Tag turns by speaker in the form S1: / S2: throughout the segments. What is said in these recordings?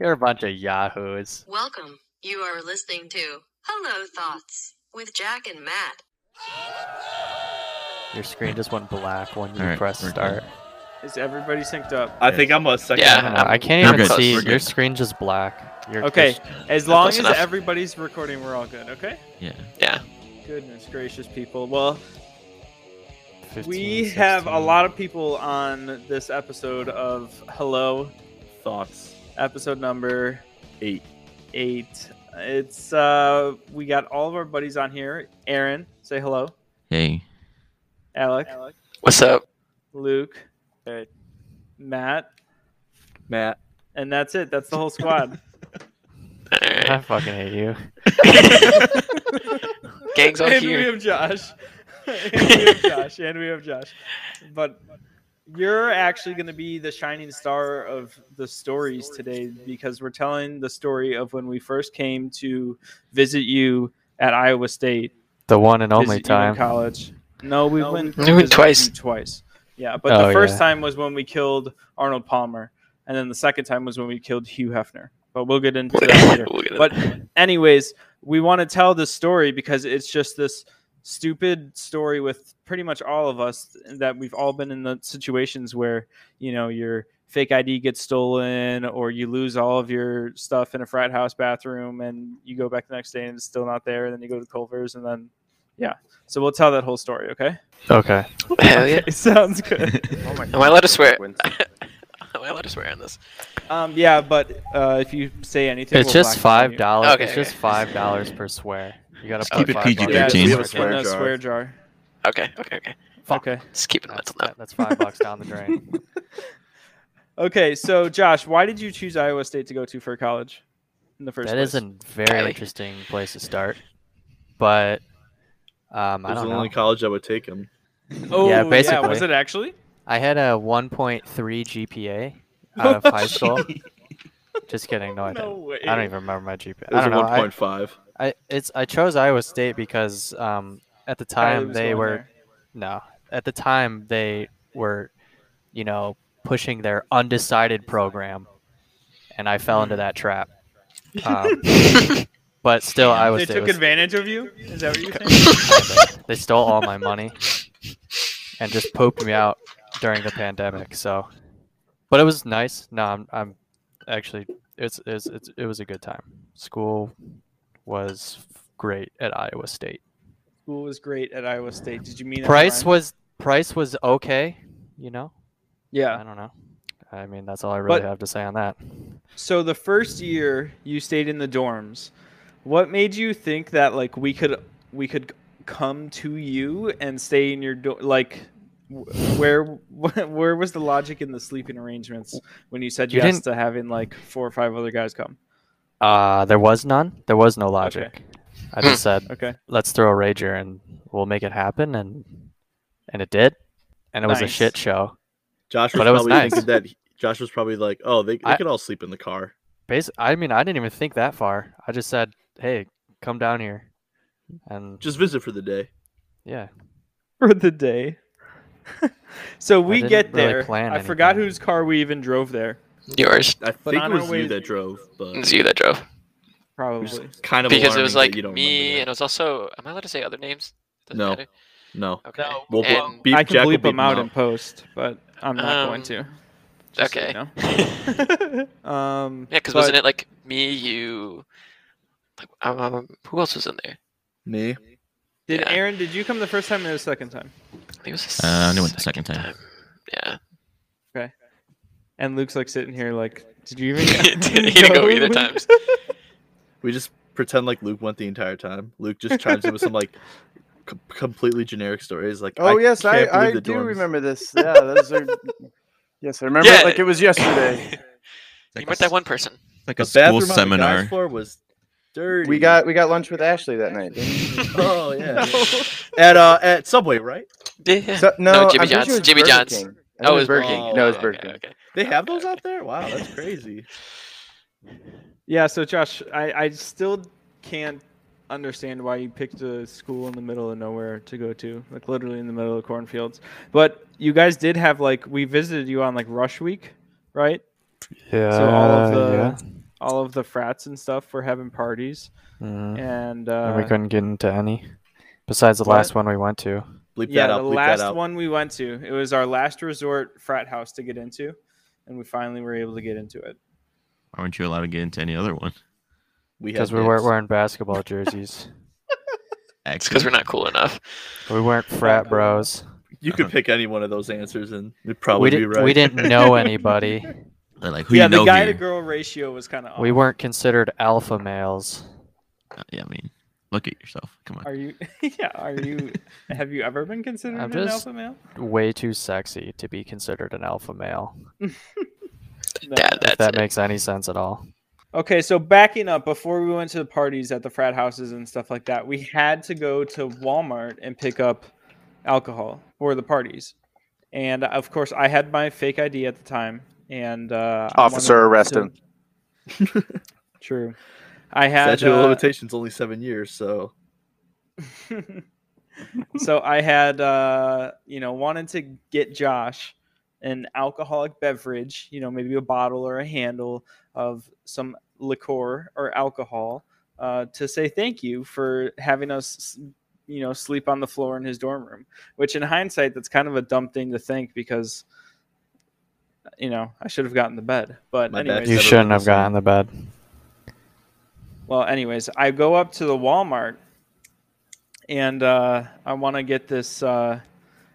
S1: You're a bunch of yahoos.
S2: Welcome. You are listening to Hello Thoughts with Jack and Matt.
S1: Your screen just went black when you
S3: All right,
S1: press
S3: we're good.
S1: start.
S4: Is everybody synced up?
S5: I think I'm a second.
S1: I, don't know,
S3: Yeah,
S1: I can't
S3: We're
S1: even
S3: good,
S1: see.
S3: we're
S1: Your
S3: good.
S1: screen just black. Your-
S4: Okay,
S1: your-
S4: as long
S6: Close
S4: as
S6: enough.
S4: everybody's recording, we're all good. Okay.
S3: Yeah.
S6: Yeah.
S4: Goodness gracious, people. Well, we
S1: 15,
S4: have a
S1: 16.
S4: lot of people on this episode of Hello,
S5: Thoughts.
S4: episode number
S5: Eight.
S4: eight. It's uh, we got all of our buddies on here. Aaron, say hello.
S3: Hey.
S4: Alec,
S6: What's up?
S4: Luke,
S5: Hey.
S4: Matt,
S5: Matt.
S4: and that's it. That's the whole squad.
S6: Alright.
S1: I fucking hate you.
S6: Gang's all
S4: and we
S6: here.
S4: have Josh. and we have Josh. And we have Josh. But you're actually going to be the shining star of the stories today because we're telling the story of when we first came to visit you at Iowa State.
S1: The one and only
S4: visit you in
S1: time.
S4: college. No, we went,
S6: We went
S4: visited
S6: twice.
S4: you twice. Yeah, but
S1: Oh,
S4: the first
S1: yeah.
S4: time was when we killed Arnold Palmer, and then the second time was when we killed Hugh Hefner. But we'll get into that later
S6: We'll get it.
S4: but anyways we want to tell this story because it's just this stupid story with pretty much all of us that we've all been in the situations where you know your fake id gets stolen or you lose all of your stuff in a frat house bathroom and you go back the next day and it's still not there and then you go to culver's and then yeah so we'll tell that whole story okay
S1: Okay.
S6: Hell yeah.
S4: it sounds good
S5: Oh my
S6: Am I allowed to swear? Am I allowed to swear on this?
S4: um yeah but uh if you say anything
S1: It's
S4: we'll
S1: just
S4: blackmail you.
S1: five dollars.
S6: Okay,
S1: it's just five dollars per swear. You gotta
S3: Just keep
S1: put
S3: it
S1: five
S4: yeah,
S3: PG-13.
S1: bucks.
S4: it's-
S5: We have a
S4: it's
S5: swear
S4: in the
S5: jar.
S4: swear jar
S6: Okay, okay, okay. Fuck.
S4: okay
S6: Just keep it a
S1: That's,
S6: mental note.
S1: that- that's five bucks down the drain.
S4: Okay, so Josh, why did you choose Iowa State to go to for college in the first
S1: That
S4: place?
S1: is a very
S6: Really?
S1: interesting place to start, but um, I
S5: It was
S1: don't
S5: the
S1: know.
S5: only college I would take him.
S4: oh,
S1: yeah,
S4: was
S1: basically. Um,
S4: it actually?
S1: I had a 1.3 GPA out of high school. Just kidding. No, I didn't.
S4: way.
S1: I don't even remember my GPA.
S5: It
S1: I
S5: was
S1: don't know.
S5: a
S1: I,
S5: 1.5.
S1: I it's I chose Iowa State because um, at the
S4: Tyler
S1: time
S4: was
S1: they
S4: going
S1: were
S4: there.
S1: no at the time they were you know pushing their undecided program, and I fell
S4: Mm.
S1: into that trap. Um, but still, Iowa
S4: They
S1: State
S4: took
S1: was-
S4: advantage of you. Is that what you're saying?
S1: they stole all my money and just pooped me out during the pandemic. So, but it was nice. No, I'm, I'm actually it's, it's it's it was a good time. School was great at Iowa State.
S4: School was great at Iowa State. Did you mean that,
S1: Price
S4: Brian?
S1: was price was okay. You know, I
S4: Yeah.
S1: don't know. I mean, that's all I really
S4: But-
S1: have to say on that.
S4: So the first year you stayed in the dorms, what made you think that like we could we could come to you and stay in your dorm? Like, wh- where where was the logic in the sleeping arrangements when you said
S1: You
S4: yes
S1: didn't-
S4: to having like four or five other guys come?
S1: Uh, there was none. There was no logic. I just said
S4: Okay.
S1: let's throw a rager and we'll make it happen and and it did and it was a
S4: Nice.
S1: shit show
S5: Josh was,
S1: But it was
S5: probably
S1: nice.
S5: thinking that Josh was probably like, oh, they, they
S1: I-
S5: could all sleep in the car.
S1: Basi- i mean i didn't even think that far i just said hey come down here and
S5: Just visit for the day.
S1: yeah
S4: for the day. so we
S1: didn't
S4: get
S1: really
S4: there.
S1: plan
S4: I forgot
S1: anything.
S4: whose car we even drove there.
S6: Yours.
S5: I
S4: But
S5: think
S4: on
S5: it
S4: our
S5: was
S4: way-
S5: you that drove, but
S6: It's you that drove.
S5: it
S4: Probably.
S5: was kind of
S6: Because it
S5: alarming
S6: was like
S5: that you don't
S6: me, and it
S5: remember
S6: was also. Am I allowed to say other names? Doesn't
S5: No.
S6: matter.
S5: that. No.
S6: Okay.
S5: We'll, we'll
S6: And-
S5: beep,
S4: I can
S5: Jack will
S4: bleep
S5: beep
S4: them out
S5: him
S4: in post, but I'm not going
S6: Um,
S4: to. Just so
S6: okay.
S4: you
S6: yeah,
S4: know. um,
S6: because wasn't it like me, you? Like, um, um, who else was in there?
S5: Me?
S4: Did
S6: yeah.
S4: Aaron? Did you come the first time or the second time?
S6: I think it was.
S3: Uh,
S6: the
S3: I only went the second time.
S6: Yeah.
S4: And Luke's like sitting here, like, did you even?
S6: he didn't go either
S4: Luke?
S6: times.
S5: We just pretend like Luke went the entire time. Luke just chimes in with some like com- completely generic stories. Like,
S7: Oh
S5: I
S7: yes, I,
S5: can't believe
S7: I
S5: the
S7: do
S5: dorms-
S7: remember this. Yeah, those are. yes, I remember
S6: Yeah.
S7: it like it was yesterday.
S6: you met that one person.
S3: like
S5: The
S3: a school
S5: bathroom on the
S3: seminar.
S5: guys floor was dirty.
S7: We got we got lunch with Ashley that night. didn't we?
S5: oh yeah. at uh at Subway, right?
S6: Yeah.
S7: So,
S6: No,
S7: no, I'm
S6: Jimmy
S7: pretty sure
S6: John's-
S7: it was
S6: Jimmy
S7: Burger
S6: John's.
S7: King. I think
S6: Oh,
S7: it
S6: it
S7: was Burger
S6: King.
S7: King. No, it was
S6: Oh,
S7: Burger
S6: okay,
S7: King.
S6: okay.
S5: They have those out there. Wow, that's crazy.
S4: Yeah. So Josh, I, I still can't understand why you picked a school in the middle of nowhere to go to, like literally in the middle of cornfields. But you guys did have like we visited you on like rush week, right?
S1: Uh, yeah
S4: So all of the all of the frats and stuff were having parties,
S1: Mm,
S4: and
S1: and
S4: uh,
S1: we couldn't get into any. Besides the
S4: but-
S1: last one we went to.
S5: Bleep
S4: yeah,
S5: that out.
S4: the
S5: Bleep
S4: last
S5: that out.
S4: one we went to, it was our last resort frat house to get into, and we finally were able to get into it.
S3: Why weren't you allowed to get into any other one?
S5: We had
S1: Because we weren't
S5: dicks.
S1: wearing basketball jerseys.
S6: It's because we're not cool enough.
S1: we weren't frat bros.
S5: You could pick any one of those answers and it'd probably
S1: We,
S5: be
S1: did,
S5: right.
S1: we didn't know anybody.
S3: They're like, who
S4: yeah,
S3: you know
S4: the guy
S3: here?
S4: to girl ratio was kind of.
S1: we weren't considered alpha males.
S3: Uh, yeah, I mean, look at yourself. Come on.
S4: Are you? yeah. Are you? have you ever been considered
S1: I'm
S4: an
S1: just-
S4: alpha male?
S1: Way too sexy to be considered an alpha male.
S4: No.
S6: That, that's
S1: if that
S6: it.
S1: makes any sense at all.
S4: Okay, so backing up, before we went to the parties at the frat houses and stuff like that, we had to go to Walmart and pick up alcohol for the parties. And uh, of course, I had my fake ID at the time, and uh, I wanted
S7: Officer, arrest
S4: to-
S7: him.
S4: True, I had.
S5: Statute of
S4: Uh,
S5: limitations only seven years, so
S4: so I had, uh, you know, wanted to get Josh an alcoholic beverage, you know, maybe a bottle or a handle of some liqueur or alcohol uh, to say thank you for having us, you know, sleep on the floor in his dorm room. Which, in hindsight, that's kind of a dumb thing to think because, you know, I should have gotten the bed. But
S5: My bad.
S4: anyways,
S5: Is
S1: You
S5: that a
S1: shouldn't have
S5: lesson?
S1: gotten the bed.
S4: well, anyways, I go up to the Walmart and uh, I want to get this. Uh,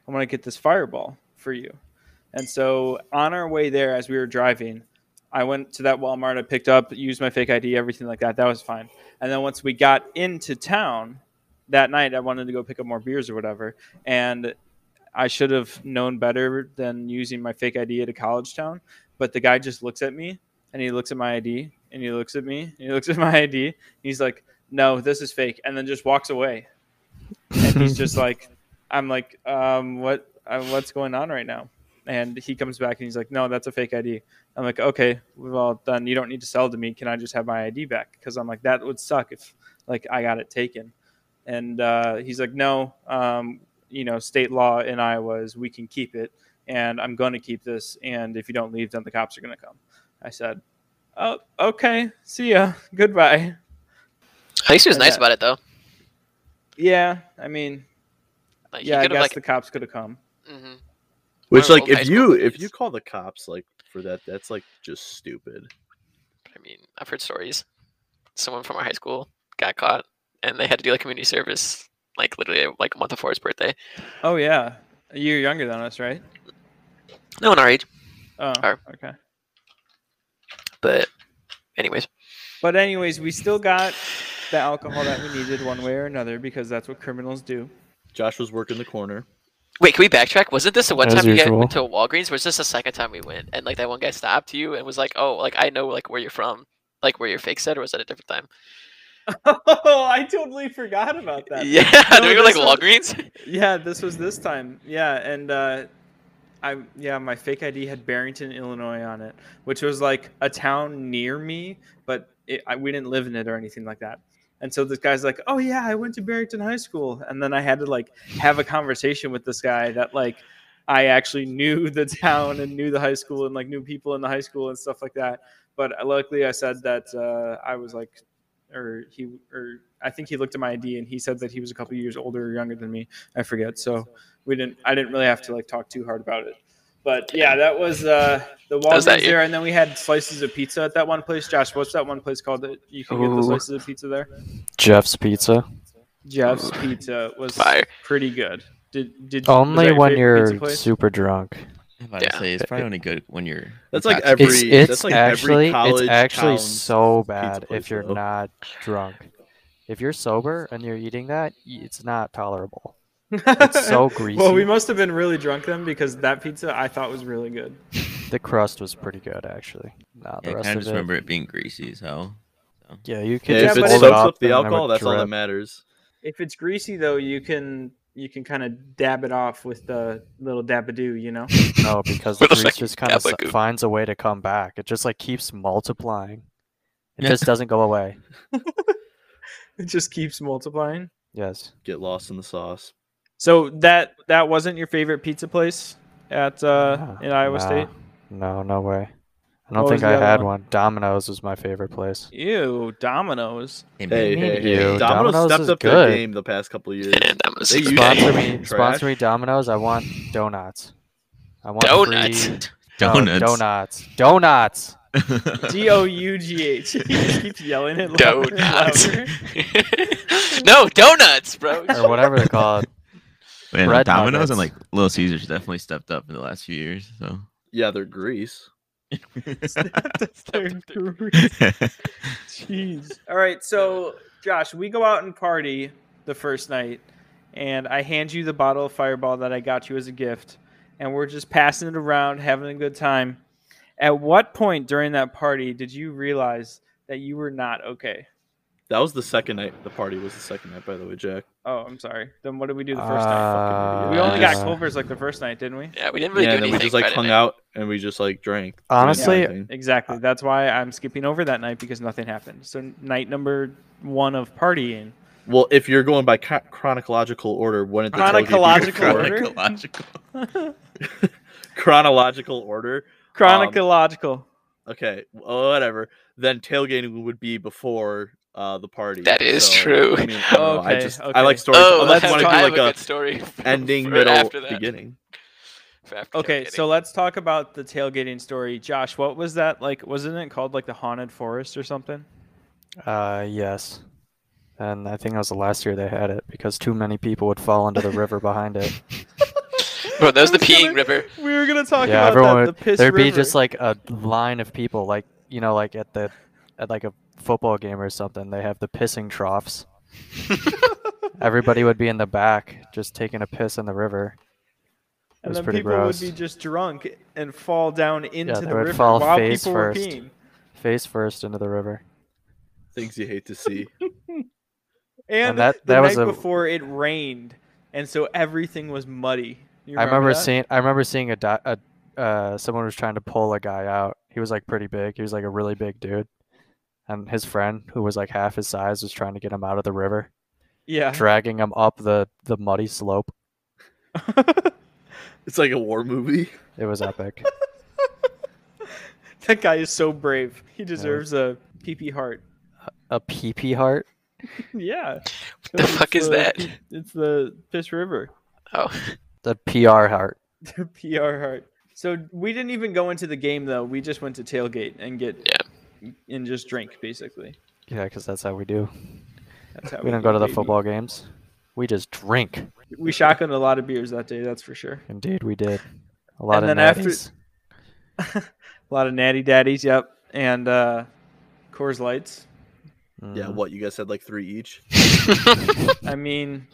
S4: I want to get this fireball for you. And so on our way there, as we were driving, I went to that Walmart. I picked up, used my fake ID, everything like that. That was fine. And then once we got into town that night, I wanted to go pick up more beers or whatever. And I should have known better than using my fake ID at a college town. But the guy just looks at me and he looks at my ID and he looks at me and he looks at my ID. And he's like, no, this is fake. And then just walks away. And he's just like, I'm like, um, what, uh, what's going on right now? And he comes back and he's like, no, that's a fake ID. I'm like, okay, well done. You don't need to sell to me. Can I just have my ID back? Because I'm like, that would suck if like I got it taken. And uh, he's like, no, um, you know, state law in Iowa is we can keep it, and I'm going to keep this. And if you don't leave, then the cops are going to come. I said, oh, okay, see ya, goodbye.
S6: At least he was
S4: and
S6: nice
S4: that-
S6: about it though.
S4: Yeah, I mean,
S6: Like, he
S4: yeah, I
S6: could
S4: guess
S6: have like,
S4: the cops could have come.
S6: hmm
S5: which
S6: One of
S5: like
S6: those high
S5: if
S6: school
S5: you if
S6: kids.
S5: you call the cops like for that, that's like just stupid.
S6: I mean, I've heard stories. Someone from our high school got caught, and they had to do like community service, like literally like a month before his birthday.
S4: Oh yeah, you're younger than us, right?
S6: No one our age,
S4: Oh,
S6: Are.
S4: okay.
S6: but anyways,
S4: But anyways, we still got the alcohol that we needed one way or another because that's what criminals do.
S5: Josh was working the corner.
S6: wait, can we backtrack? Wasn't this the one
S1: As
S6: time you guys
S1: usual.
S6: went to Walgreens? Was this the second time we went? And like that one guy stopped you and was like, "Oh, like I know like where you're from." Like where your fake said, or was that a different time?
S4: oh, I totally forgot about that.
S6: Yeah,
S4: No,
S6: did we go like
S4: this was-
S6: Walgreens?
S4: Yeah, this was this time. Yeah, and uh, I yeah, my fake ID had Barrington, Illinois on it, which was like a town near me, but it, I, we didn't live in it or anything like that. And so this guy's like, "Oh yeah, I went to Barrington High School," and then I had to like have a conversation with this guy that like I actually knew the town and knew the high school and like knew people in the high school and stuff like that. But uh, luckily, I said that uh, I was like, or he, or I think he looked at my ID and he said that he was a couple years older or younger than me. I forget. So we didn't. I didn't really have to like talk too hard about it. But yeah, that was uh, the
S6: was
S4: Walgreens
S6: that year.
S4: there, and then we had slices of pizza at that one place. Josh, what's that one place called that you can get the
S1: Ooh.
S4: slices of pizza there?
S1: Jeff's pizza.
S4: Jeff's Pizza was
S6: Fire.
S4: pretty good. Did did was that
S1: Only
S4: your
S1: when
S4: favorite pizza
S1: you're
S4: place?
S1: super drunk.
S3: I'm about to
S6: Yeah.
S3: say, it's probably only good when you're.
S5: That's like
S3: got-
S5: every
S1: It's it's
S5: that's like
S1: actually
S5: every college
S1: it's actually
S5: town's
S1: so
S5: pizza
S1: bad if
S5: place,
S1: you're
S5: though.
S1: not drunk. If you're sober and you're eating that, y- it's not tolerable. It's so greasy.
S4: well, we must have been really drunk then because that pizza I thought was really good.
S1: The crust was pretty good actually. Nah, the
S3: Yeah, I
S1: rest
S3: kind
S1: of
S3: of just
S1: it.
S3: remember it being greasy as hell.
S1: Yeah, you
S5: Yeah,
S1: could
S4: Yeah,
S5: if
S1: just
S5: it
S4: but
S1: hold
S5: soaks
S1: it
S5: up the
S1: and it would
S5: alcohol, that's all that
S1: drip.
S5: matters.
S4: If it's greasy though, you can you can kind of dab it off with the little dabadoo, you know.
S1: No, because the
S6: With a
S1: grease
S6: second
S1: just kind of
S6: tablet goop.
S1: finds a way to come back. It just like keeps multiplying. It
S3: Yeah.
S1: just doesn't go away.
S4: It just keeps multiplying.
S1: Yes.
S5: Get lost in the sauce.
S4: So that that wasn't your favorite pizza place at uh,
S1: Nah,
S4: in Iowa
S1: nah.
S4: State.
S1: No, no way. I don't
S4: What was
S1: think
S4: the
S1: I
S4: other
S1: had
S4: one?
S1: one. Domino's was my favorite place.
S4: Ew, Domino's.
S3: Hey, man.
S5: Hey,
S1: Me
S5: hey,
S1: and
S5: hey.
S1: you.
S5: Domino's,
S1: Domino's
S5: stepped
S1: is
S5: up
S1: good.
S5: their game the past couple of years.
S6: Yeah, that was
S5: They used
S1: Sponsor
S5: to be
S1: me,
S5: trash.
S1: sponsor me, Domino's. I want donuts. I want
S6: donuts.
S1: free- no,
S3: Donuts.
S1: donuts. Donuts.
S4: D O U G H. He just keeps yelling it. louder and
S6: Donuts.
S4: louder.
S6: no donuts, bro.
S1: or whatever they call it.
S3: Man,
S1: Bread
S3: Domino's and like
S1: nuggets.
S3: Little Caesars definitely stepped up in the last few years. So
S5: Yeah, they're Greece.
S4: That's their guru. Jeez. All right, so Josh, we go out and party the first night, and I hand you the bottle of Fireball that I got you as a gift, and we're just passing it around, having a good time. At what point during that party did you realize that you were not okay?
S5: That was the second night. The party was the second night, by the way, Jack.
S4: Oh, I'm sorry. Then what did we do the first night?
S5: Fucking idiot.
S4: We only got
S1: uh,
S4: Culver's like the first night, didn't we?
S6: Yeah, we didn't really
S5: yeah,
S6: do
S5: and then
S6: anything.
S5: we just like
S6: Friday
S5: hung
S6: night.
S5: out and we just like drank. We didn't do
S1: Honestly,
S5: anything.
S4: Exactly. That's why I'm skipping over that night because nothing happened. So night number one of partying.
S5: well, if you're going by co- chronological order, when did the tailgate be
S4: Chronological
S5: recorded?
S4: order?
S3: Chronological.
S5: chronological order.
S4: Chronological.
S5: Okay, whatever. Then tailgating would be before uh, the party.
S6: That is
S5: so,
S6: true.
S5: I mean, I don't know, I
S4: Okay,
S5: just
S4: okay.
S5: I like stories.
S6: Oh,
S5: Unless
S6: that's
S5: you want to
S6: I
S5: do
S6: have
S5: like
S6: a
S5: a
S6: good story. for-
S5: ending,
S6: for
S5: middle,
S6: after that.
S5: beginning.
S6: For after
S4: Okay,
S6: tailgating.
S4: so let's talk about the tailgating story. Josh, what was that like? Wasn't it called like the haunted forest or something?
S1: Uh, yes. And I think that was the last year they had it because too many people would fall into the river behind it.
S6: bro, that was the
S4: I was gonna-
S6: peeing river.
S4: We were gonna talk
S1: yeah,
S4: about
S1: everyone
S4: that,
S1: would,
S4: the piss
S1: there'd be
S4: river.
S1: just like a line of people, like you know, like at the at like a football game or something. They have the pissing troughs. Everybody would be in the back, just taking a piss in the river. It
S4: and
S1: was
S4: then
S1: pretty
S4: people
S1: gross.
S4: would be just drunk and fall down into
S1: they
S4: the
S1: would
S4: river
S1: fall
S4: while
S1: face
S4: people
S1: first.
S4: were peeing.
S1: Face first into the river.
S5: Things you hate to see.
S4: And,
S1: that-
S4: the
S1: that
S4: night
S1: was a-
S4: before it rained, and so everything was muddy. You
S1: I remember
S4: that?
S1: seeing. I remember seeing a, di- a uh, someone was trying to pull a guy out. He was like pretty big. He was like a really big dude, and his friend, who was like half his size, was trying to get him out of the river,
S4: Yeah.
S1: dragging him up the the muddy slope.
S5: It's like a war movie.
S1: It was epic.
S4: that guy is so brave. He deserves a PP heart.
S1: a pee pee heart.
S4: Yeah.
S6: What the
S4: It's
S6: fuck is that?
S4: It's the Piss River.
S6: Oh,
S1: The PR heart.
S4: The PR heart. So we didn't even go into the game though. We just went to tailgate and get and just drink basically.
S1: Yeah, because that's how we do.
S4: That's how
S1: We don't go to the
S4: baby.
S1: football games. We just drink.
S4: We shotgunned a lot of beers that day, that's for sure.
S1: Indeed, we did. A lot
S4: And
S1: of
S4: then after-
S1: natties.
S4: A lot of natty daddies, yep, and uh, Coors Lights.
S5: Yeah,
S1: Mm.
S5: what you guys had like three each.
S4: I mean,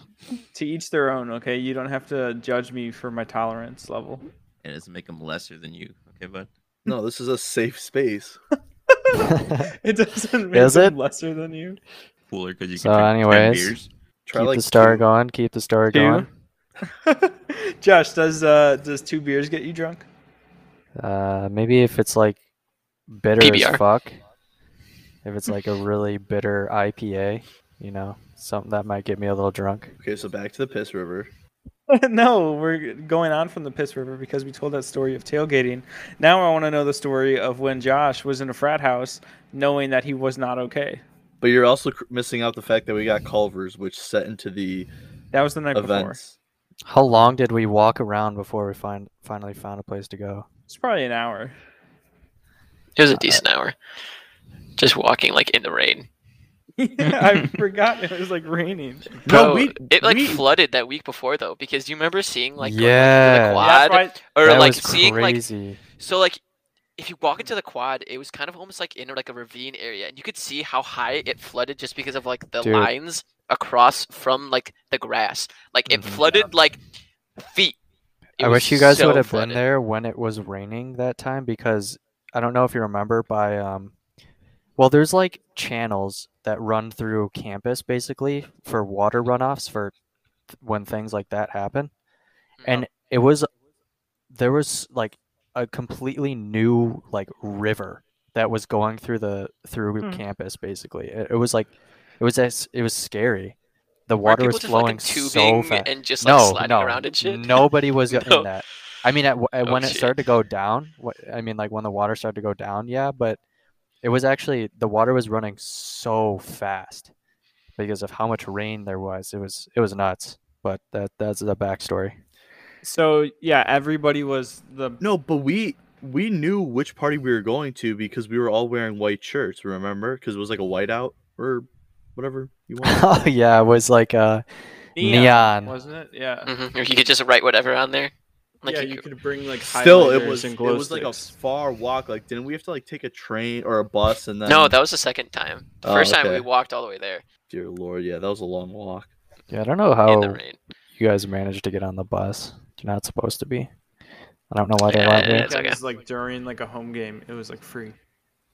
S4: to each their own. Okay, you don't have to judge me for my tolerance level.
S3: It doesn't make them lesser than you. Okay, bud.
S5: No, this is a safe space.
S4: It doesn't make
S1: Is
S4: them
S1: it?
S4: lesser than you.
S3: Cooler because you can
S1: So
S3: drink 10
S1: anyways,
S3: beers.
S5: Try
S1: Keep
S5: like
S1: the star
S5: two.
S1: going. Keep the star
S4: Two.
S1: going.
S4: Josh, does uh, does two beers get you drunk?
S1: Uh, maybe if it's like bitter
S6: PBR.
S1: as fuck. If it's like a really bitter IPA, you know, something that might get me a little drunk.
S5: Okay, so back to the piss river.
S4: no, we're going on from the piss river because we told that story of tailgating. Now I want to know the story of when Josh was in a frat house, knowing that he was not okay.
S5: But you're also cr- missing out the fact that we got Culver's, which set into the
S4: That was the night before.
S5: events.
S1: How long did we walk around before we find finally found a place to go?
S4: It's probably an hour.
S6: it was a decent hour. Just walking like in the rain.
S4: I forgot it was like raining.
S6: Bro,
S5: we-
S6: it like
S5: we-
S6: flooded that week before though, because you remember seeing like going,
S1: yeah,
S6: quad
S4: That's
S6: or
S1: that
S6: like
S1: was
S6: seeing like
S1: crazy.
S6: so like if you walk into the quad, it was kind of almost like in like a ravine area, and you could see how high it flooded just because of like the
S1: Dude.
S6: lines across from like the grass. Like it
S1: Mhm.
S6: flooded like feet. It
S1: I
S6: was
S1: wish you guys
S6: so
S1: would have
S6: flooded.
S1: been there when it was raining that time because I don't know if you remember by um well there's like channels that run through campus basically for water runoffs for th- when things like that happen.
S6: Mm-hmm.
S1: And it was there was like a completely new like river that was going through the through
S4: Hmm.
S1: campus basically. It, it was like it was as it was scary. The
S6: Weren't
S1: water was
S6: people just,
S1: flowing
S6: like,
S1: so
S6: tubing
S1: fast.
S6: and just like sliding around and shit.
S1: Nobody was in
S6: No.
S1: that. I mean, at, w- at
S6: Oh,
S1: when it
S6: shit.
S1: started to go down, what, I mean, like when the water started to go down, yeah, but it was actually the water was running so fast because of how much rain there was. It was it was nuts. But that that's the backstory.
S4: So yeah, everybody was the
S5: No, but we we knew which party we were going to because we were all wearing white shirts. Remember? Because it was like a whiteout or whatever you want.
S1: oh yeah, it was like uh,
S4: neon,
S1: Neon.
S4: wasn't it? Yeah.
S6: hmm Or you could just write whatever on there. Like
S4: yeah,
S6: you
S4: you
S6: could-
S4: could bring like
S5: Still, it
S4: highlighters
S5: was
S4: and
S5: it
S4: glow
S5: was like a
S4: sticks.
S5: far walk. Like, didn't we have to like take a train or a bus and then?
S6: no, that was the second time. The
S5: Oh,
S6: first time
S5: okay.
S6: we walked all the way there
S5: Dear Lord, yeah, that was a long walk.
S1: yeah, I don't know
S6: in
S1: how
S6: the rain.
S1: you guys managed to get on the bus. You're not supposed to be. I don't know why they
S6: Yeah,
S1: allowed you.
S6: it's
S4: That
S6: okay.
S4: was like during like a home game. It was like free.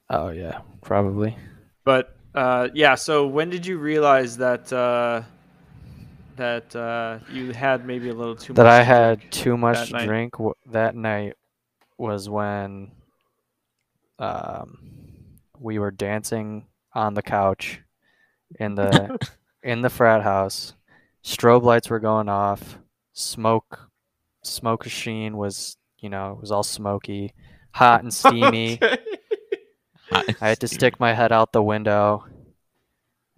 S1: Oh yeah, probably.
S4: But uh, yeah, so when did you realize that uh, that uh, you had maybe a little too much?
S1: that I
S4: to
S1: had
S4: drink?
S1: too much
S4: that
S1: to
S4: night?
S1: drink w- that night was when um, we were dancing on the couch in the in the frat house. Strobe lights were going off. Smoke smoke machine was you know it was all smoky, hot and steamy. I had to stick my head out the window,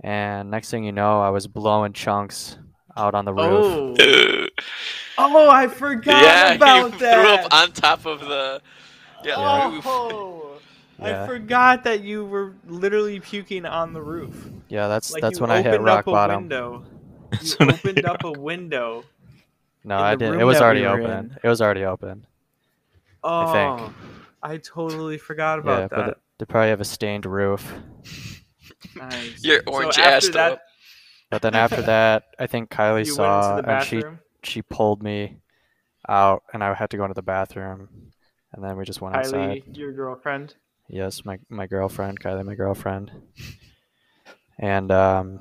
S1: and next thing you know, I was blowing chunks out on the roof.
S4: Oh,
S6: Dude.
S4: oh, I forgot
S6: yeah,
S4: about
S6: you
S4: that.
S6: threw up on top of the. Yeah, the roof.
S4: Oh, I
S1: Yeah.
S4: forgot that you were literally puking on the roof.
S1: Yeah, that's
S4: Like
S1: that's
S4: you
S1: when I hit
S4: opened
S1: rock
S4: up a
S1: bottom.
S4: Window. You
S3: That's when I hit
S4: opened up a window.
S1: No,
S4: in
S1: I
S4: the
S1: didn't. It
S4: room
S1: was
S4: that we
S1: already
S4: were
S1: open.
S4: in.
S1: It was already open.
S4: Oh,
S1: I
S4: I,
S1: think.
S4: totally forgot
S1: yeah,
S4: about
S1: but
S4: that.
S1: it- they probably have a stained roof.
S4: Nice.
S6: Your
S4: So
S6: orange
S4: after
S6: ass threw
S4: that,
S6: up.
S1: But then after that, I think Kylie
S4: you went
S1: saw
S4: into the
S1: and she
S4: bathroom.
S1: she pulled me out, and I had to go into the bathroom, and then we just went outside.
S4: Kylie, your girlfriend.
S1: Yes, my my girlfriend, Kylie, my girlfriend, and um,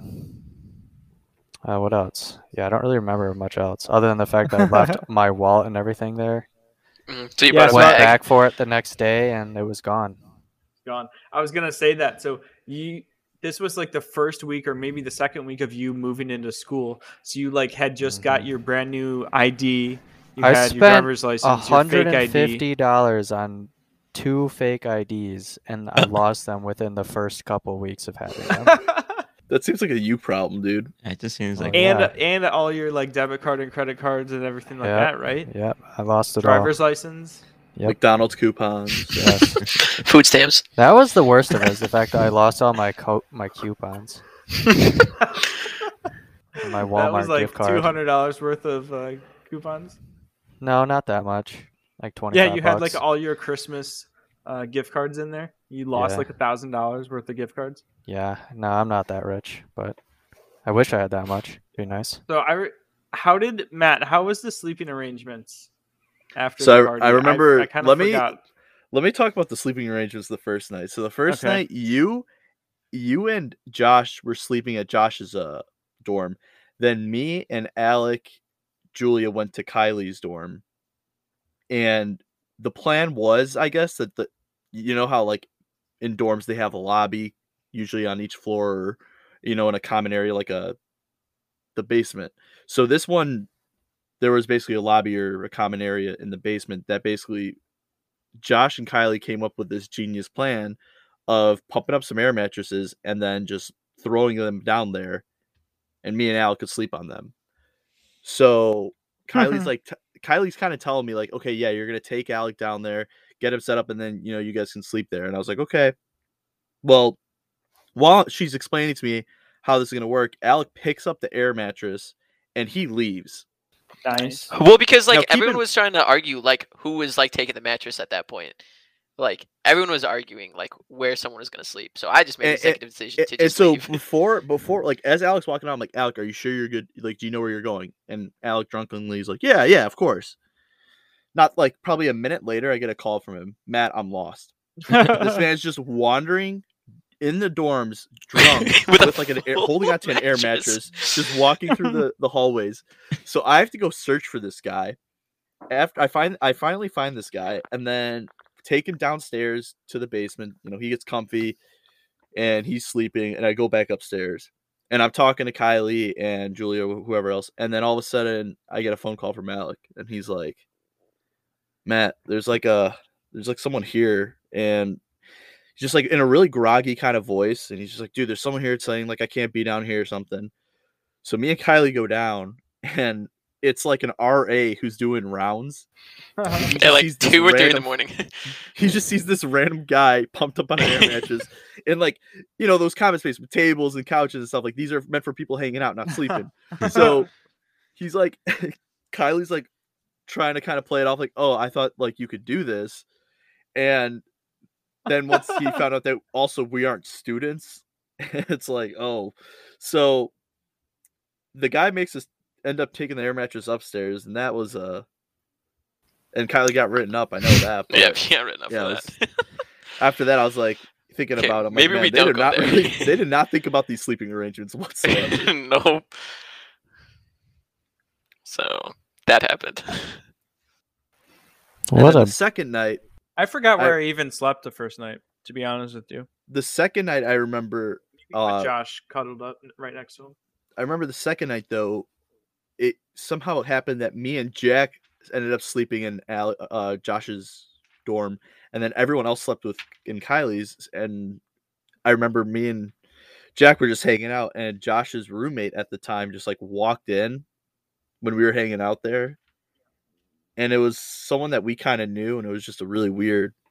S1: uh, what else? Yeah, I don't really remember much else other than the fact that I left my wallet and everything there.
S6: Mhm. So you
S4: Yeah,
S6: brought
S4: so
S6: it
S1: Went
S6: back.
S1: back for it the next day, and it was gone.
S4: gone. I was gonna say that. So you, this was like the first week or maybe the second week of you moving into school. So you like had just got
S1: Mhm.
S4: your brand new ID. You
S1: I
S4: had your
S1: spent
S4: driver's license, your
S1: hundred
S4: fake
S1: and
S4: ID.
S1: fifty dollars on two fake IDs, and I lost them within the first couple weeks of having them.
S5: That seems like a you problem, dude.
S3: It just seems
S1: Oh,
S3: like
S1: yeah.
S4: and and all your like debit card and credit cards and everything like
S1: Yeah.
S4: that, right?
S1: yep, I lost it
S4: Driver's license.
S1: Yep.
S5: McDonald's coupons.
S1: all. Yes.
S6: Food stamps.
S1: that was the worst of it. Is the fact that I lost all my co- my coupons, and my Walmart
S4: that was like
S1: gift card.
S4: two hundred dollars worth of uh, coupons.
S1: No, not that much. Like twenty.
S4: Yeah, you had like all your Christmas uh, gift cards in there. You lost
S1: Yeah.
S4: like a thousand dollars worth of gift cards.
S1: Yeah, no, I'm not that rich, but I wish I had that much. Be nice.
S4: So I, re- how did Matt? How was the sleeping arrangements after?
S5: So
S4: the
S5: I-
S4: party?
S5: I remember-
S4: kinda
S5: let me-
S4: forgot.
S5: Let me talk about the sleeping arrangements the first night. So the first
S4: Okay.
S5: night, you, you and Josh were sleeping at Josh's uh, dorm. Then me and Alec, Julia went to Kylie's dorm, and the plan was, I guess, that the, you know how like, in dorms they have a lobby usually on each floor, or, you know, in a common area like a, the basement. So this one, there was basically a lobby or a common area in the basement that basically Josh and Kylie came up with this genius plan of pumping up some air mattresses and then just throwing them down there, and me and Al could sleep on them. So Kylie's like, t- Kylie's kind of telling me like, okay, yeah, you're gonna take Alec down there, get him set up, and then you know you guys can sleep there. And I was like, okay. Well, while she's explaining to me how this is gonna work, Alec picks up the air mattress and he leaves.
S4: Nice.
S6: Well, because
S5: Now,
S6: like
S5: keep
S6: everyone
S5: in-
S6: was trying to argue like who was like taking the mattress at that point. Like everyone was arguing like where someone was gonna sleep. So I just made
S5: And-
S6: the
S5: and-
S6: executive decision to
S5: A- and
S6: just
S5: so
S6: leave.
S5: before before like as Alex walking out, I'm like, Alec, are you sure you're good? Like, do you know where you're going? And Alec drunkenly is like, Yeah, yeah, of course. Not like probably a minute later, I get a call from him. Matt, I'm lost. This man's just wandering in the dorms, drunk,
S6: With
S5: with,
S6: a
S5: like an air,
S6: full
S5: holding onto an air
S6: mattress.
S5: mattress, just walking through the the hallways. So I have to go search for this guy. After I find, I finally find this guy, and then take him downstairs to the basement. You know, he gets comfy and he's sleeping, and I go back upstairs. And I'm talking to Kylie and Julia, wh- whoever else. And then all of a sudden, I get a phone call from Alec, and he's like, Matt, there's like a there's like someone here and he's just like in a really groggy kind of voice and he's just like, dude, there's someone here saying like I can't be down here or something. So me and Kylie go down and it's like an RA who's doing rounds. He
S6: At
S5: just
S6: like
S5: sees this
S6: two or three in the
S5: random-
S6: morning.
S5: He just sees this random guy pumped up on air matches and like, you know, those common spaces with tables and couches and stuff. Like these are meant for people hanging out, not sleeping. so he's like Kylie's like trying to kind of play it off like, "Oh, I thought like you could do this." And then once he found out that also we aren't students, it's like, "Oh." So the guy makes us end up taking the air mattress upstairs and that was uh and Kylie got written up, I know that. But
S6: yeah, yeah, written up
S5: yeah,
S6: for
S5: it's-
S6: that.
S5: after that I was like thinking
S6: Okay,
S5: about it. I'm
S6: maybe
S5: like,
S6: we
S5: "Man, they
S6: don't
S5: did
S6: go
S5: not
S6: there."
S5: really, they did not think about these sleeping arrangements whatsoever.
S6: nope. So that happened.
S5: And
S1: What
S5: then
S1: a
S5: the second night
S4: I forgot
S5: I-
S4: where I, even slept the first night. To be honest with you,
S5: the second night I remember Uh,
S4: Josh cuddled up right next to him.
S5: I remember the second night though, it somehow it happened that me and Jack ended up sleeping in Ale- uh, Josh's dorm, and then everyone else slept with in Kylie's. And I remember me and Jack were just hanging out, and Josh's roommate at the time just like walked in when we were hanging out there, and it was someone that we kind of knew, and it was just a really weird,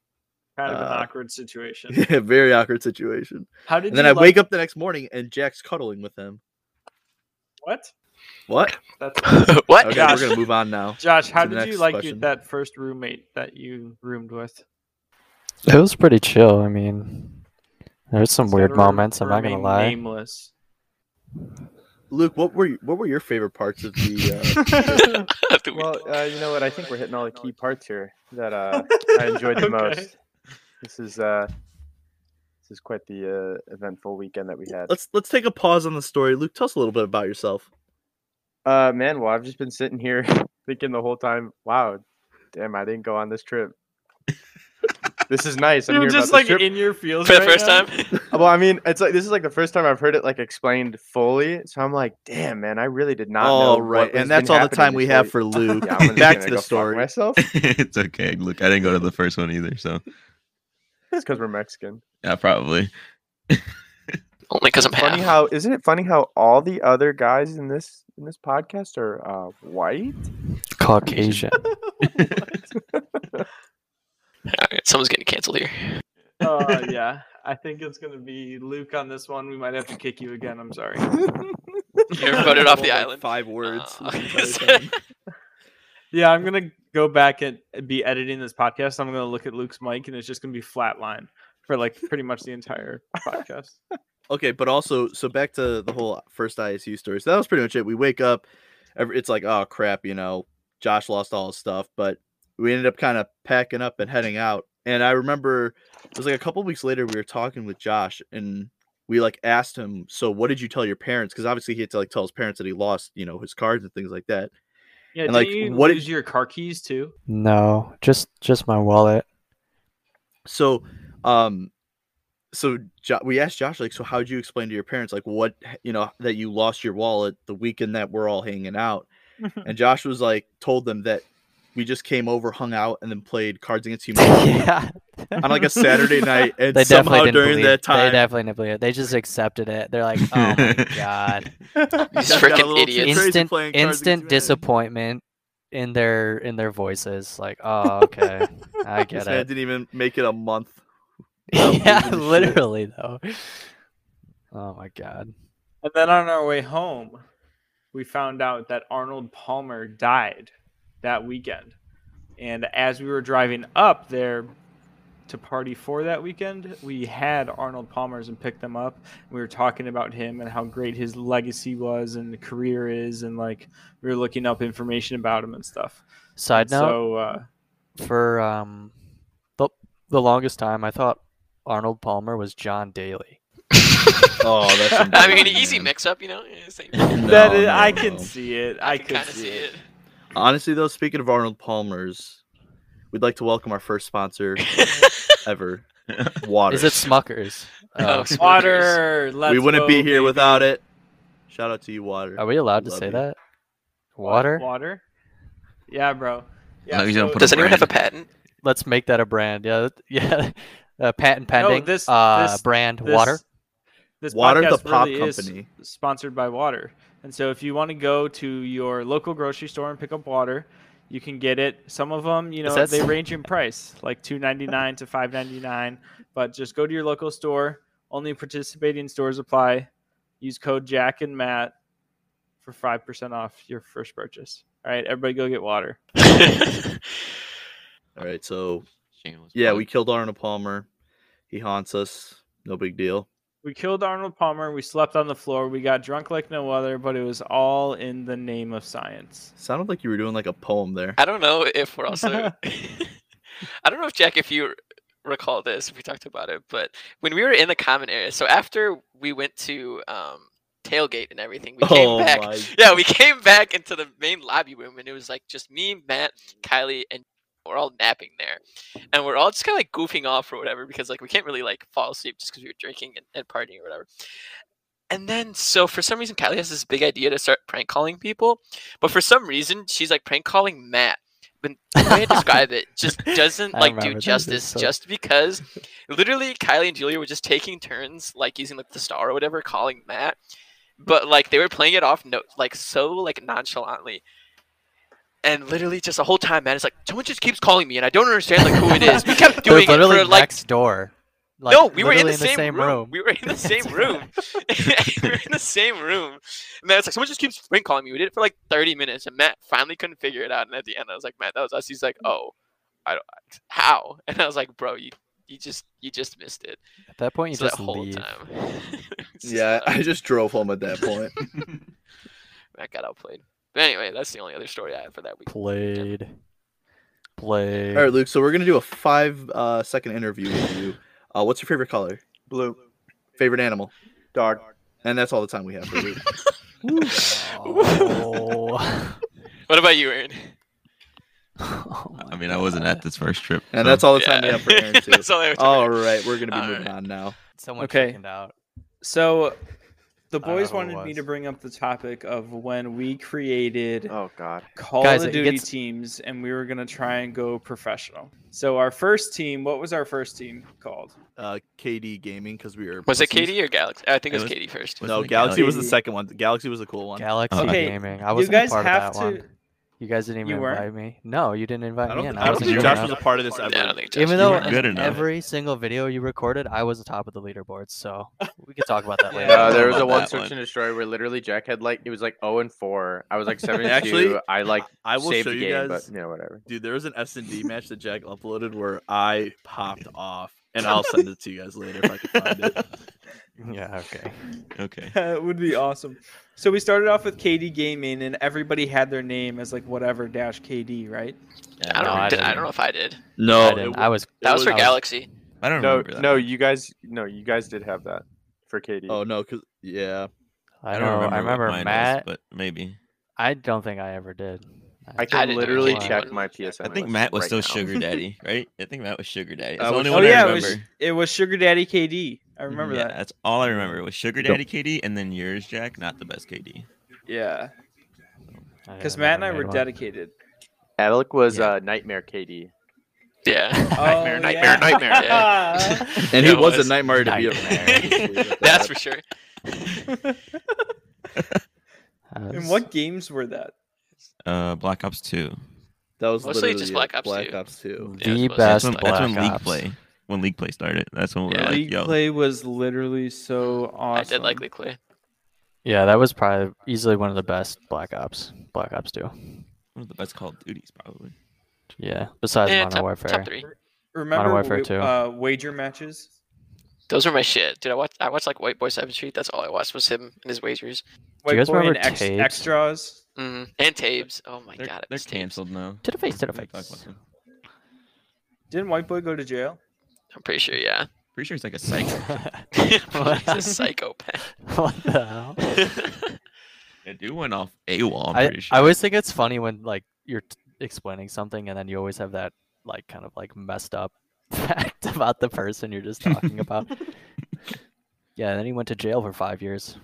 S4: Kind of an
S5: uh,
S4: awkward situation.
S5: very awkward situation.
S4: How did
S5: And then
S4: you
S5: I
S4: like-
S5: wake up the next morning, and Jack's cuddling with him.
S4: What?
S5: What?
S4: That's
S6: what?
S5: Okay,
S4: Josh.
S5: we're gonna move on now.
S4: Josh. How
S5: To the
S4: did you
S5: next
S4: like your,
S5: question.
S4: that first roommate that you roomed with?
S1: It was pretty chill. I mean, there's some
S4: It's gotta
S1: weird
S4: re-
S1: moments. I'm not gonna
S4: remain
S1: lie.
S4: Nameless.
S5: Luke, what were y- what were your favorite parts of the? Uh,
S6: The weird-
S7: Well, uh, you know what? I think we're hitting all the key parts here that uh, I enjoyed the
S4: Okay.
S7: most. This is uh, this is quite the uh, eventful weekend that we had.
S5: let's let's take a pause on the story. Luke, tell us a little bit about yourself.
S7: Uh, man, well, I've just been sitting here thinking the whole time. Wow, damn, I didn't go on this trip. this is nice. I'm
S4: You're
S7: hearing
S4: just
S7: about
S4: like
S7: this trip.
S4: in your feels
S6: for the
S4: right
S6: first
S4: now?
S6: time.
S7: Well, I mean, it's like this is like the first time I've heard it like explained fully. So I'm like, damn, man, I really did not.
S5: All
S7: know
S5: Oh, right,
S7: what has
S5: and that's
S7: been
S5: all the
S7: happening
S5: time we
S7: before
S5: have
S7: you-
S5: for Luke.
S7: Yeah, I'm just
S5: Back
S7: gonna
S5: to
S7: go
S5: the
S7: fuck
S5: story.
S7: Myself,
S3: it's okay. Look, I didn't go to the first one either, so
S7: it's because we're Mexican.
S3: yeah, probably.
S6: Only because I'm
S7: funny
S6: half.
S7: how isn't it funny how all the other guys in this in this podcast are uh, white?
S1: Caucasian.
S6: All right, someone's getting canceled here.
S4: uh, yeah, I think it's gonna be Luke on this one. We might have to kick you again. I'm sorry.
S6: You ever voted off the
S5: Like
S6: island?
S5: Five words.
S6: Uh,
S5: the entire time.
S4: yeah, I'm gonna go back and be editing this podcast. I'm gonna look at Luke's mic, and it's just gonna be flatline for like pretty much the entire podcast.
S5: okay, but also, so back to the whole first ISU story. So that was pretty much it. We wake up, every, it's like, oh crap, you know, Josh lost all his stuff, but we ended up kind of packing up and heading out. And I remember it was like a couple weeks later we were talking with Josh and we like asked him, so what did you tell your parents? Because obviously he had to like tell his parents that he lost, you know, his cards and things like that.
S4: Yeah,
S5: And,
S4: did
S5: like,
S4: you
S5: what did-
S4: lose your car keys too?
S1: No, just just my wallet.
S5: So, um, so jo- we asked Josh, like, so how'd you explain to your parents, like, what h- you know that you lost your wallet the weekend that we're all hanging out? and Josh was like, told them that we just came over, hung out, and then played Cards Against Humanity
S1: yeah,
S5: on like a Saturday night, and
S1: they
S5: somehow
S1: definitely didn't
S5: during
S1: believe.
S5: that
S1: They
S5: time,
S1: definitely didn't believe it. They just accepted it. They're like, oh my god,
S6: These
S5: Josh got a
S6: freaking
S5: little too
S6: idiots.
S5: crazy
S1: instant
S5: playing Cards
S1: instant
S5: Against Humanity.
S1: disappointment in their in their voices. Like, oh okay, I
S5: This
S1: get
S5: man
S1: it.
S5: didn't even make it a month. without
S1: yeah,
S5: losing his shit.
S1: literally though. Oh my god.
S4: And then on our way home, we found out that Arnold Palmer died that weekend. And as we were driving up there to party for that weekend, we had Arnold Palmer's and picked them up. We were talking about him and how great his legacy was and career is. And like, we were looking up information about him and stuff.
S1: Side note.
S4: So, uh,
S1: for um the the longest time I thought Arnold Palmer was John Daly.
S5: Oh, that's
S6: I mean,
S5: embarrassing,
S6: easy
S5: man.
S6: mix-up, you know. yeah, same.
S4: that
S5: No,
S4: is- I
S5: no,
S4: can
S5: no.
S4: see it. I,
S6: I
S4: can
S6: can kind
S4: could
S6: of see it.
S5: Honestly, though, speaking of Arnold Palmer's, we'd like to welcome our first sponsor ever, Water.
S1: Is it Smuckers?
S6: Oh,
S1: Uh,
S6: Smuckers.
S4: Water. Let's
S5: we wouldn't
S4: go,
S5: be here
S4: baby.
S5: without it. Shout
S6: Uh,
S5: out to you, Water.
S1: are we allowed to
S5: Love
S1: say
S5: you.
S1: that? Water?
S4: Water. Yeah, bro.
S3: long as you don't
S4: so-
S3: put
S6: Does
S3: a
S6: anyone have a
S3: brand.
S6: patent?
S1: Let's make that a brand. Yeah, that- yeah. Uh, patent
S4: No,
S1: pending.
S4: this-
S1: uh,
S4: this-
S1: brand
S4: this-
S1: water.
S4: This
S5: Water the
S4: podcast
S5: Pop
S4: really is
S5: Company.
S4: sponsored by water. And so if you want to go to your local grocery store and pick up water, you can get it. Some of them, you
S1: Is
S4: know,
S1: that
S4: they
S1: s-
S4: range in price, like two ninety nine to five ninety nine. But just go to your local store. Only participating stores apply. Use code Jack and Matt for five percent off your first purchase. All right, everybody, go get water.
S5: All right, so
S3: Shameless
S5: yeah,
S3: plug.
S5: we killed Arnold Palmer. He haunts us. No big deal.
S4: We killed Arnold Palmer. We slept on the floor. We got drunk like no other. But it was all in the name of science.
S5: Sounded like you were doing like a poem there.
S6: I don't know if we're also. I don't know if Jack, if you recall this, if we talked about it, but when we were in the common area, so after we went to um, tailgate and everything, we came
S5: Oh
S6: back.
S5: my-
S6: Yeah, we came back into the main lobby room, and it was like just me, Matt, Kylie, and we're all napping there, and we're all just kind of like goofing off or whatever because like we can't really like fall asleep just because we were drinking and, and partying or whatever. And then, so for some reason, Kylie has this big idea to start prank calling people, but for some reason, she's like prank calling Matt. But the way I describe it just doesn't
S1: I
S6: like
S1: remember
S6: do
S1: that. It's
S6: justice.
S1: so-
S6: Just because, literally, Kylie and Julia were just taking turns, like using like the star or whatever, calling Matt, but like they were playing it off no, like so like nonchalantly. And literally, just the whole time, Matt is like, someone just keeps calling me, and I don't understand like who it is. We kept
S1: They're
S6: doing it
S1: literally
S6: for like
S1: next door. Like,
S6: no, we were in the,
S1: literally
S6: same, room. We were in the same room. we were in the same room. And then it's like someone just keeps prank calling me. We did it for like 30 minutes, and Matt finally couldn't figure it out. And at the end, I was like, Matt, that was us. He's like, oh, I don't, how? And I was like, bro, you, you just, you just missed it.
S1: At that point, you
S6: so
S1: just
S6: that whole
S1: leave.
S6: time. It's just
S5: Yeah,
S6: like,
S5: I just drove home at that point.
S6: Matt got outplayed. But anyway, that's the only other story I had for that week.
S1: Played. Played.
S5: All right, Luke. So we're gonna do a five uh, second interview with you. Uh, what's your favorite color?
S7: Blue.
S5: Favorite animal?
S7: Dog.
S5: And that's all the time we have for Luke.
S1: Oh.
S6: What about you, Aaron?
S1: Oh my
S3: I mean, I wasn't
S1: God.
S3: at this first trip.
S5: And
S3: so-
S5: that's all the time we
S6: Yeah.
S5: have for Aaron too.
S6: that's all I was
S5: all right, we're gonna be
S6: All
S5: moving
S6: right.
S5: on now.
S1: Someone
S4: Okay.
S1: chickened out.
S4: So the
S1: I don't know
S4: boys
S1: who it
S4: wanted me
S1: was.
S4: to
S1: Uh,
S4: bring up the topic of when we created
S7: Oh God.
S4: Call
S1: Guys,
S4: of
S1: it
S4: Duty
S1: gets-
S4: teams and we were going to try and go professional. So our first team, what was our first team called?
S5: Uh, KD Gaming because we were.
S6: Was it
S5: pussies.
S6: Katie or Galaxy? I think it
S3: It
S6: was
S3: was-
S6: Katie first.
S5: No,
S3: Wasn't it
S5: Galaxy was the
S4: Galaxy?
S5: second one. Galaxy was the cool one.
S1: Galaxy
S4: Okay,
S1: Gaming. I
S4: You
S1: wasn't
S4: guys
S1: part
S4: have
S1: of that
S4: to
S1: one. You guys didn't
S4: You
S1: even
S4: weren't?
S1: invite me. No, you didn't invite
S5: I
S1: me
S5: don't,
S1: in.
S5: think,
S1: I,
S5: I don't
S1: wasn't
S5: think
S1: good
S5: Josh
S1: enough.
S5: was a part of this
S6: Yeah, I
S5: ever.
S6: don't think
S1: Even
S6: Justin-
S1: though
S3: weren't good
S1: in
S3: enough.
S1: every single video you recorded, I was atop of the leaderboard, so we could talk about that later.
S7: Yeah, there was
S3: About
S7: a one
S3: that
S7: search
S3: one.
S7: and destroy where literally Jack had like it was like 0 and 4. I was like 7 and
S5: Actually,
S7: 2. I like
S5: I will
S7: saved
S5: show
S7: the
S5: you
S7: game,
S5: guys.
S7: but you know whatever.
S5: Dude, there was an S and D match that Jack uploaded where I popped off, and I'll send it to you guys later if I can find it.
S1: Yeah, okay.
S3: Okay.
S4: That would be awesome. So we started off with KD Gaming and everybody had their name as like whatever dash KD, right?
S1: No,
S6: I
S1: I
S6: don't, I
S1: didn't.
S6: don't know if I did.
S5: No,
S1: I, didn't. I was.
S6: That was,
S5: was-
S6: for Galaxy.
S3: I don't
S7: No,
S3: remember that.
S7: no, you guys no, you guys did have that for Katie.
S5: Oh no, cause yeah,
S1: I, know. I
S3: what
S1: remember
S3: mine was,
S1: Matt.
S3: but maybe.
S1: I don't think I ever did.
S7: I
S1: I
S7: can
S6: didn't
S7: literally
S1: know.
S7: check my PSN.
S3: I think
S7: list
S3: Matt was
S7: right
S3: still
S7: now.
S3: Sugar Daddy, right? I think Matt was Sugar Daddy. That's
S5: I
S3: the
S5: was
S3: only one
S5: Sugar Daddy.
S3: I
S5: Oh,
S4: it
S3: remember.
S4: was it was Sugar Daddy KD.
S1: Mm,
S4: I remember
S3: yeah,
S4: that.
S3: That's all I remember was Sugar
S5: Yep.
S3: Daddy KD, and then yours, Jack. Not the best KD.
S4: Yeah.
S1: I
S4: Cuz
S1: never
S4: Matt and I
S1: made
S4: were
S1: one.
S4: dedicated.
S7: Alec was
S3: Yeah.
S7: uh, nightmare KD.
S6: Yeah.
S4: Oh,
S6: nightmare,
S4: yeah.
S6: nightmare, yeah.
S5: and
S6: Yeah,
S5: he
S6: it
S5: was,
S6: was.
S5: a nightmare to be
S6: Nightmare.
S5: around.
S6: That's for sure.
S1: I
S4: and
S1: was-
S4: what games were that?
S3: Uh, Black Ops Two.
S5: That was
S6: Mostly
S5: literally
S6: just
S5: it,
S6: Black Ops 2.
S5: Two.
S6: Yeah, I
S1: The best
S6: suppose
S3: That's when,
S1: Black
S3: that's when League
S1: Ops.
S3: Play. When League Play started. That's when we were
S6: Yeah.
S3: like,
S4: League
S3: yo.
S4: play was literally so awesome.
S6: I did like League Play.
S1: Yeah, that was probably easily one of the best Black Ops. Black Ops 2.
S3: One of the best Call of Duties, probably.
S1: Yeah, besides
S6: Yeah,
S1: Modern
S6: top,
S1: Warfare.
S6: top three.
S4: Remember
S1: Warfare
S4: wa-
S1: 2.
S4: Uh, wager matches?
S6: Those were my shit, dude. I watched, I watched like White Boy Seven Street. That's all I watched was him and his wagers.
S1: Do you guys
S4: Whiteboard
S1: remember
S4: and ex-
S1: tapes?
S4: extras?
S6: hmm And Tabes. Oh my
S3: They're,
S6: god, I
S3: they're
S6: miss Tabes.
S3: canceled now.
S1: To the face, to the
S3: We talked
S1: face.
S3: about them.
S4: Didn't White Boy go to jail?
S6: I'm pretty sure, yeah.
S3: Pretty sure it's like a cycle.
S6: He's a psychopath.
S1: what the hell?
S3: it do went off AWOL, I'm
S1: I,
S3: pretty sure.
S1: I always think it's funny when like you're t- explaining something and then you always have that like kind of like messed up fact about the person you're just talking about. yeah, and then he went to jail for five years.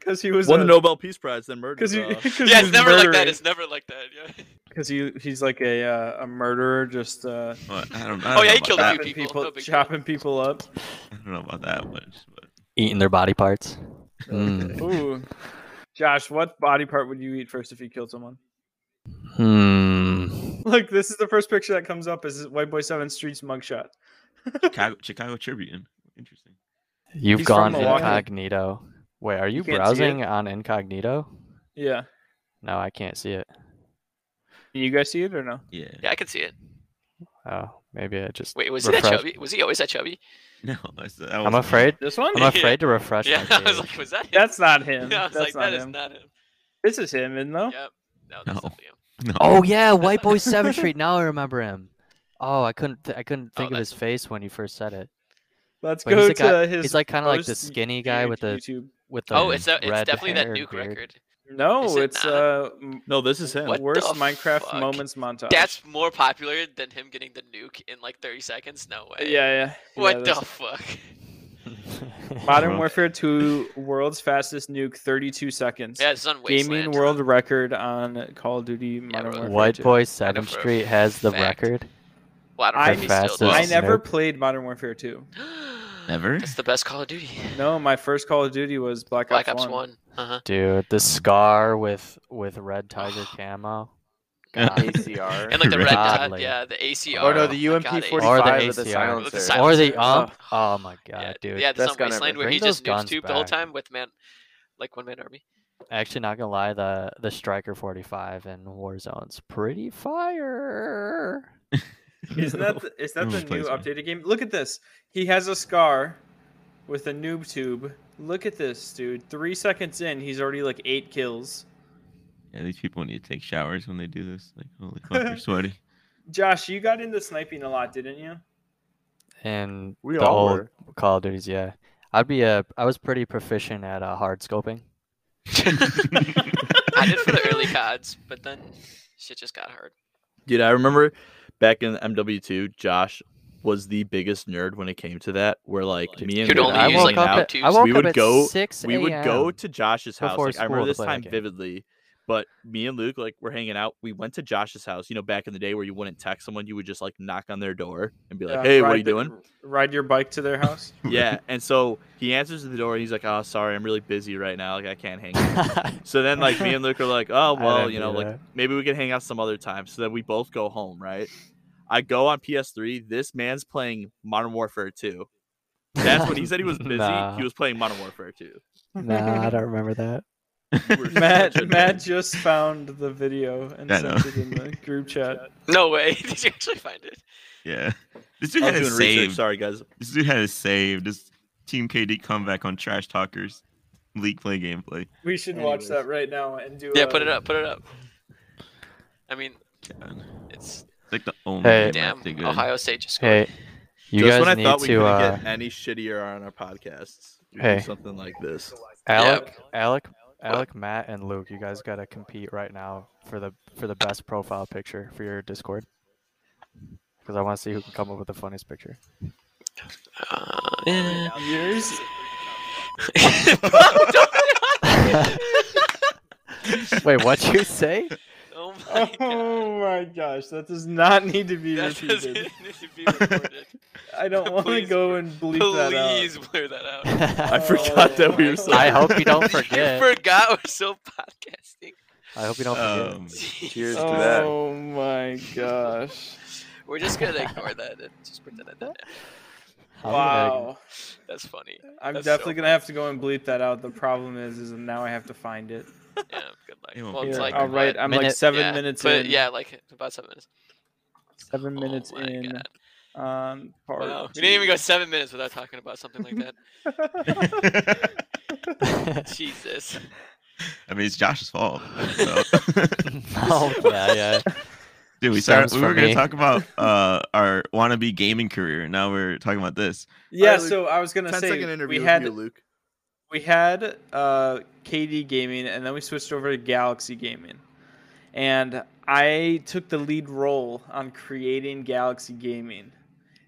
S4: Because he was
S5: Won
S4: a-
S5: the Nobel Peace Prize, then murdered.
S4: Cause he,
S5: uh,
S4: cause he
S6: yeah, it's
S4: was
S6: never like that.
S4: murdering.
S6: It's never like that. Yeah.
S4: because he he's like a uh, a murderer, just uh,
S3: But I don't. I don't know
S6: Oh, yeah, he
S3: about
S6: killed a
S3: that.
S6: few
S4: chopping
S6: people,
S4: people,
S6: no big deal.
S4: chopping people up.
S3: I don't know about that much. But
S1: Eating their body parts. Mm.
S4: Ooh, Josh, what body part would you eat first if you killed someone?
S1: Hmm.
S4: Look, this is the first picture that comes up is White Boy Seven Streets mugshot.
S3: Chicago, Chicago Tribune. Interesting.
S1: You've
S4: He's
S1: gone
S4: from Milwaukee.
S1: incognito. Wait, are you,
S4: can't see it?
S1: browsing on incognito?
S4: Yeah,
S1: No, I can't see it.
S4: Can you guys see it or no?
S3: Yeah.
S6: Yeah, I can see it.
S1: Oh, maybe I just.
S6: Wait, was he that
S1: refresh-
S6: chubby? Was he always that chubby?
S3: No, that's, that
S1: I'm
S3: wasn't-
S1: afraid.
S4: This one?
S1: I'm
S6: Yeah.
S1: afraid to refresh.
S6: Yeah,
S1: my
S6: I was
S1: page.
S6: like, was that him?
S4: That's not him.
S6: yeah, I was
S4: That's
S6: like,
S4: not
S6: that is
S4: him.
S6: not him.
S4: This is him, isn't it?
S6: Yep. No, that's
S3: No.
S6: definitely him.
S3: No.
S1: Oh yeah, White Boy Seventh Street. Now I remember him. Oh, I couldn't. Th- I couldn't
S6: Oh,
S1: think of
S6: that's-
S1: his face when you first said it.
S4: Let's
S1: But
S4: go
S1: he's
S4: to
S1: the guy-
S4: his.
S1: He's like kind of like the
S4: first
S1: skinny guy with the
S4: YouTube.
S1: with the.
S6: Oh, it's that, it's
S1: red
S6: definitely that
S1: hair and
S6: nuke
S1: beard.
S6: record. Is
S4: No,
S6: it
S4: it's
S6: not?
S4: uh m-
S5: No, this is him.
S6: What
S4: worst
S6: the
S4: Minecraft
S6: fuck?
S4: moments montage.
S6: That's more popular than him getting the nuke in like 30 seconds. No
S4: yeah,
S6: way.
S4: yeah.
S6: What
S4: yeah,
S6: the
S4: that's-
S6: fuck?
S4: Modern
S3: Bro.
S4: Warfare 2 world's fastest nuke 32 seconds.
S6: Yeah, it's on Wasteland.
S4: Gaming world record on Call of Duty Modern
S6: bro.
S4: Warfare
S1: White
S4: 2.
S1: Boy Seventh
S6: for a
S1: Street has the
S6: fact.
S1: record.
S6: Well, I don't
S4: I-
S6: know if he still
S1: fastest-
S6: does.
S4: I
S1: Snoop.
S4: never played Modern Warfare 2.
S3: Never.
S6: That's the best Call of Duty.
S4: No, my first Call of Duty was Black,
S6: Black Ops 1. Uh-huh.
S1: Dude, the scar with with red tiger camo. God.
S7: ACR.
S6: And like the red dot,
S1: Godly.
S6: yeah, the ACR.
S7: oh no,
S6: my
S7: the
S6: God,
S7: UMP
S6: ACR.
S7: 45
S1: Or
S7: with
S1: the
S7: the
S1: ACR.
S6: With the
S7: silencer.
S6: sil-
S1: or the
S6: Silencer.
S1: ump. Oh my god,
S6: Yeah,
S1: dude.
S6: yeah, that's
S7: Best
S6: on
S7: gun ever.
S6: Wasteland where
S1: Bring
S6: he
S1: those
S6: just nukes
S1: guns
S6: tube the whole
S1: back.
S6: time with man, like one man army.
S1: Actually, not gonna lie, the the Striker 45 in Warzone's pretty fire.
S4: Isn't that the, is that the
S3: Everyone
S4: new
S3: plays
S4: updated game? Look at this. He has a scar with a noob tube. Look at this, dude. Three seconds in, he's already like eight kills.
S3: Yeah, these people need to take showers when they do this. Like, holy fuck, you're sweaty.
S4: Josh, you got into sniping a lot, didn't you?
S1: And
S7: We
S1: the
S7: all
S1: old
S7: were.
S1: Call of Duties, yeah. I'd be a I was pretty proficient at uh, hard scoping.
S6: I did for the early CODs, but then shit just got hard.
S5: Dude, I remember back in MW2, Josh was the biggest nerd when it came to that. Where like me and
S6: Could
S5: Luke,
S6: only
S1: I
S5: we
S6: use,
S1: woke
S5: hang
S6: like,
S1: up
S5: out,
S1: at,
S6: two
S1: I
S6: tubes.
S1: woke
S5: We
S1: up
S5: would
S1: at
S5: go-
S1: 6
S5: we would
S1: a.m..
S5: go to Josh's house.
S1: um, before
S5: Like, I
S1: school to
S5: remember this
S1: play that
S5: time
S1: game.
S5: vividly. But me and Luke, like, we're hanging out. We went to Josh's house. You know, back in the day where you wouldn't text someone, you would just like knock on their door and be like,
S4: Yeah,
S5: "Hey, what
S4: Uh, ride
S5: are you
S4: the-
S5: doing?"
S4: Ride your bike to their house.
S5: yeah. And so he answers the door and he's like, "Oh, sorry, I'm really busy right now. Like, I can't hang." out." So then, like, me and Luke are like, "Oh,
S1: I
S5: well,
S1: didn't
S5: you know,
S1: do
S5: like,
S1: that.
S5: maybe we can hang out some other time." So then we both go home, right? I go on PS3. This man's playing Modern Warfare 2. That's when he said he was busy.
S1: Nah.
S5: He was playing Modern Warfare 2.
S1: nah, I don't remember that.
S5: You were such a
S4: Matt Matt
S5: nerd.
S4: just found the video and
S3: I know.
S4: sent it in the group chat.
S6: No way. Did you actually find it?
S3: yeah. This
S5: I
S3: dude
S5: was
S3: had it
S5: doing research.
S3: saved.
S5: Sorry, guys.
S3: This dude had it saved. This Team KD comeback on Trash Talkers League Play gameplay.
S4: We should watch
S7: Anyways.
S4: that right now and do.
S6: Yeah,
S4: a-
S6: put it up. Put it up. I mean,
S3: God.
S6: it's
S3: It's like the only
S1: Hey.
S3: game
S6: damn.
S3: that's good.
S6: Ohio State just scored.
S1: Hey, you
S5: Just
S1: guys
S5: when I
S1: need
S5: thought we
S1: to
S5: couldn't
S1: uh,
S5: get any shittier on our podcasts, we do
S1: Hey.
S5: something like this.
S1: Alec, Alec, Alec, Matt, and Luke, you guys gotta compete right now for the for the best profile picture for your Discord. Because I want to see who can come up with the funniest picture.
S6: Uh, yeah.
S4: Yours?
S1: Wait, what you say?
S6: oh my god.
S4: Oh my gosh, that does not need to be
S6: That doesn't
S4: repeated.
S6: need to be recorded.
S4: I don't want to
S6: Please,
S4: go and bleep that out.
S6: Please blur that out.
S5: I forgot that we were. so-
S1: I hope you don't
S6: You
S1: forget.
S6: forgot we're still podcasting.
S1: I hope you don't forget.
S3: Um,
S7: Cheers to that.
S4: Oh my gosh.
S6: We're just gonna ignore that and just pretend it didn't. happen.
S1: How the heck-
S4: Wow.
S6: That's funny.
S4: I'm
S6: That's so
S4: definitely going to have to go and bleep that out. The problem is, is now I have to find it.
S6: Yeah, good
S3: It
S6: luck.
S3: won't
S6: Well,
S3: be
S6: it's
S4: Here,
S6: like
S4: I'll write,
S6: what?
S4: I'm like
S1: minute-
S4: seven
S6: Yeah,
S4: minutes
S6: but
S4: in.
S6: yeah, like about seven minutes.
S4: Seven minutes
S6: oh my
S4: in.
S6: God.
S4: Um, part
S6: Wow. We didn't even go seven minutes without talking about something like that. Jesus.
S3: I mean, it's Josh's fault. so.
S1: oh yeah, yeah.
S3: Dude, we
S1: Stems
S3: started. We were
S1: from
S3: going
S1: me.
S3: to talk about uh, our wannabe gaming career, and now we're talking about this.
S4: Yeah,
S5: Alright, Luke,
S4: so I was going
S5: 10
S4: to
S5: second
S4: say we
S5: interview with
S4: had
S5: you, Luke.
S4: we had uh, KD Gaming, and then we switched over to Galaxy Gaming. And I took the lead role on creating Galaxy Gaming.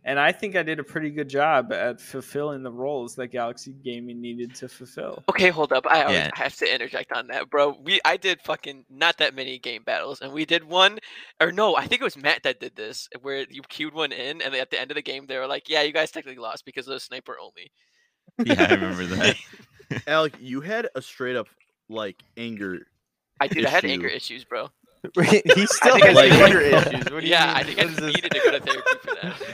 S4: and I think I did a pretty good job at fulfilling the roles that Galaxy Gaming needed to fulfill.
S6: Okay, hold up. I, always,
S3: Yeah.
S6: I have to interject on that, bro. We I did fucking not that many game battles, and we did one, or no, I think it was Matt that did this, where you queued one in, and at the end of the game they were like, "Yeah, you guys technically lost because of the sniper only."
S3: Yeah, I remember that.
S5: Alec, you had a straight up like anger.
S6: I did. I had anger
S5: Issue.
S6: issues, bro.
S7: he still
S6: think
S7: has
S6: I did.
S7: anger issues. What do you
S6: yeah,
S7: mean?
S6: I think I
S7: What is
S6: just
S7: this?
S6: needed to go to therapy for that.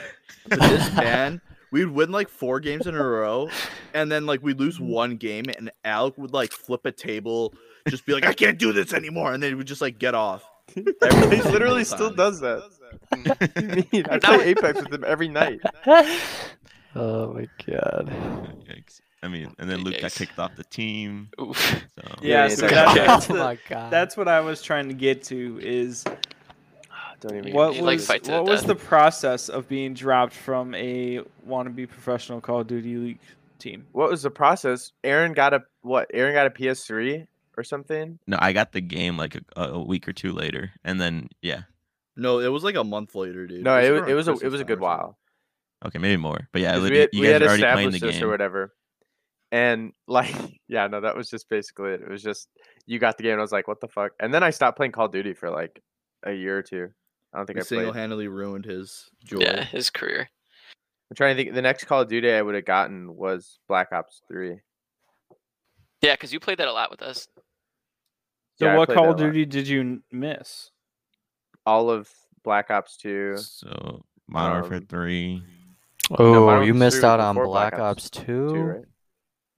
S5: But this man, we'd win like four games in a row, and then like we'd lose one game, and Alec would like flip a table, just be like, I can't do this anymore, and then he would just like get off.
S7: he literally still
S5: time.
S7: does that. What do you mean? I
S6: Now-
S7: play Apex with him every night.
S1: Oh my god.
S3: Yikes. I mean, and then Luke got
S6: Yikes.
S3: kicked off the team.
S6: Oof.
S3: So
S4: Yeah,
S7: yeah,
S4: so
S7: that-
S4: that-
S7: yeah.
S4: that's
S1: oh
S4: the-
S1: my god.
S4: that's what I was trying to get to is
S7: Don't even.
S4: what
S6: you,
S4: was
S6: like, fight to the
S4: what was
S6: death.
S4: the process of being dropped from a wannabe professional Call of Duty League team?
S7: What was the process? Aaron got a what? Aaron got a PS3 or something.
S3: no, I got the game like a, a week or two later, and then yeah,
S5: No, it was like a month later, dude.
S7: No, it was
S5: around
S7: it was a
S5: Christmas
S7: it was a
S5: time
S7: good
S5: or something.
S7: while.
S3: okay, maybe more. But yeah,
S7: 'cause
S3: literally,
S7: we had,
S3: you
S7: we
S3: guys
S7: had
S3: are already playing the
S7: established this
S3: game.
S7: or whatever. And like, yeah, no, that was just basically it. It was just you got the game. and I was like, what the fuck? And then I stopped playing Call of Duty for like a year or two. I don't think
S5: He
S7: I played.
S5: single-handedly ruined his joy.
S6: Yeah, his career.
S7: I'm trying to think. The next Call of Duty I would have gotten was Black Ops Three.
S6: Yeah, because you played that a lot with us.
S4: So
S7: Yeah, I
S4: what
S7: played that
S4: Call of
S7: a lot.
S4: Duty did you n- miss?
S7: All of Black Ops Two.
S3: So Modern Warfare
S7: Um,
S3: Three.
S7: Modern
S1: Oh,
S7: Warfare
S1: you
S7: 3
S1: missed
S7: was
S1: out on
S7: before Black
S1: Black
S7: Ops
S1: Ops 2?
S7: Two, right?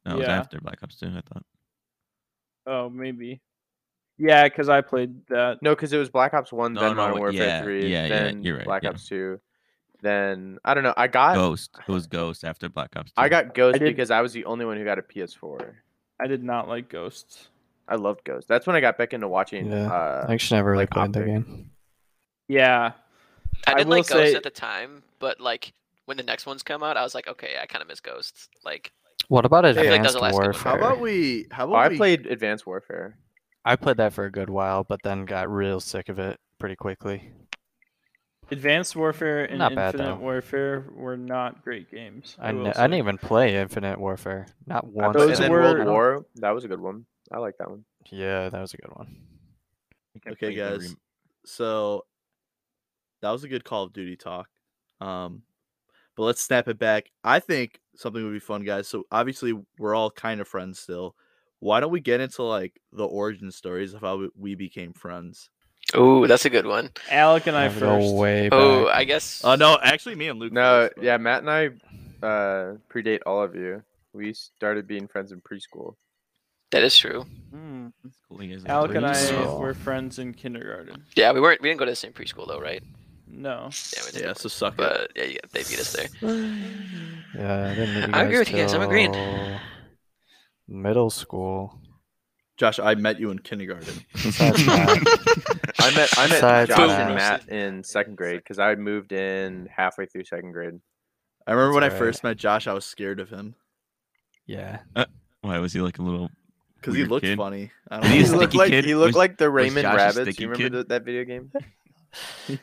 S3: No, it was
S4: Yeah.
S3: after Black Ops Two. I thought.
S4: Oh, maybe. Yeah, because I played that.
S7: No, because it was Black Ops One,
S3: No,
S7: then
S3: no,
S7: Modern
S3: wait,
S7: Warfare
S3: yeah,
S7: Three,
S3: yeah, yeah,
S7: then
S3: you're right,
S7: Black
S3: yeah.
S7: Ops Two, then I don't know. I got
S3: Ghost. It was Ghost after Black Ops. 2.
S7: I got Ghost
S4: did-
S7: because I was the only one who got a PS4.
S4: I did not like Ghosts.
S7: I loved Ghost. That's when I got back into watching.
S1: Yeah,
S7: Uh,
S1: I actually never really
S7: like,
S1: played that
S7: optic.
S1: game.
S4: Yeah, I
S6: I didn't
S4: will
S6: like Ghost
S4: say-
S6: at the time, but like when the next ones come out, I was like, okay, I kind of miss Ghosts. Like,
S1: What about
S6: feel like that
S1: Advanced
S6: doesn't last that long.
S1: Warfare?
S5: How about we? How
S7: oh,
S5: about
S7: I
S5: we-
S7: played Advanced Warfare.
S1: I played that for a good while, but then got real sick of it pretty quickly.
S4: Advanced Warfare and
S1: Not bad,
S4: Infinite
S1: though.
S4: Warfare were not great games.
S1: I,
S4: will
S1: n-
S4: say.
S1: I didn't even play Infinite Warfare. Not
S7: I
S1: once.
S7: played
S4: Those
S7: and then
S4: were-
S7: World War. That was a good one. I like that one.
S1: Yeah, that was a good one.
S3: I think I
S5: Okay,
S3: played the
S5: guys.
S3: rem-
S5: So that was a good Call of Duty talk. Um, but let's snap it back. I think something would be fun, guys. So obviously we're all kind of friends still. Why don't we get into like the origin stories of how we- we became friends?
S6: oh, that's a good one.
S4: Alec and I
S1: Never go
S4: first.
S1: way
S6: Oh,
S1: back.
S6: I guess.
S5: Uh, no, actually, me and Luke.
S7: No,
S5: first, but-
S7: yeah, Matt and I uh, predate all of you. We started being friends in preschool.
S6: That is true.
S4: Mm.
S3: It's cool, you guys are
S4: Alec and I
S3: friends.
S1: Preschool.
S4: were friends in kindergarten.
S6: Yeah, we weren't. We didn't go to the same preschool though, right?
S4: No.
S6: Yeah, we
S5: Yeah,
S6: didn't.
S5: so suck it.
S6: But yeah, yeah, they beat us there.
S1: Yeah, I didn't meet you
S6: I
S1: guys
S6: agree with you guys, I'm agreeing.
S1: till Middle school.
S5: Josh, I met you in kindergarten.
S1: Besides that,
S7: I met I met
S1: Besides
S7: Josh
S6: that-
S7: and Matt in second grade because I moved in halfway through second grade.
S5: I remember when
S1: That's
S5: I
S1: right.
S5: first met Josh, I was scared of him
S1: yeah.
S3: Why was he like a little?
S5: because he
S3: Weird
S5: looked
S3: kid.
S5: funny. I
S3: He
S5: know.
S3: was
S7: looked
S3: sticky
S7: like
S3: kid?
S7: he looked
S3: Was-
S7: like the
S3: was
S7: Raymond
S3: Josh a
S7: Rabbits.
S3: sticky
S7: You remember
S3: kid?
S7: the, that video game?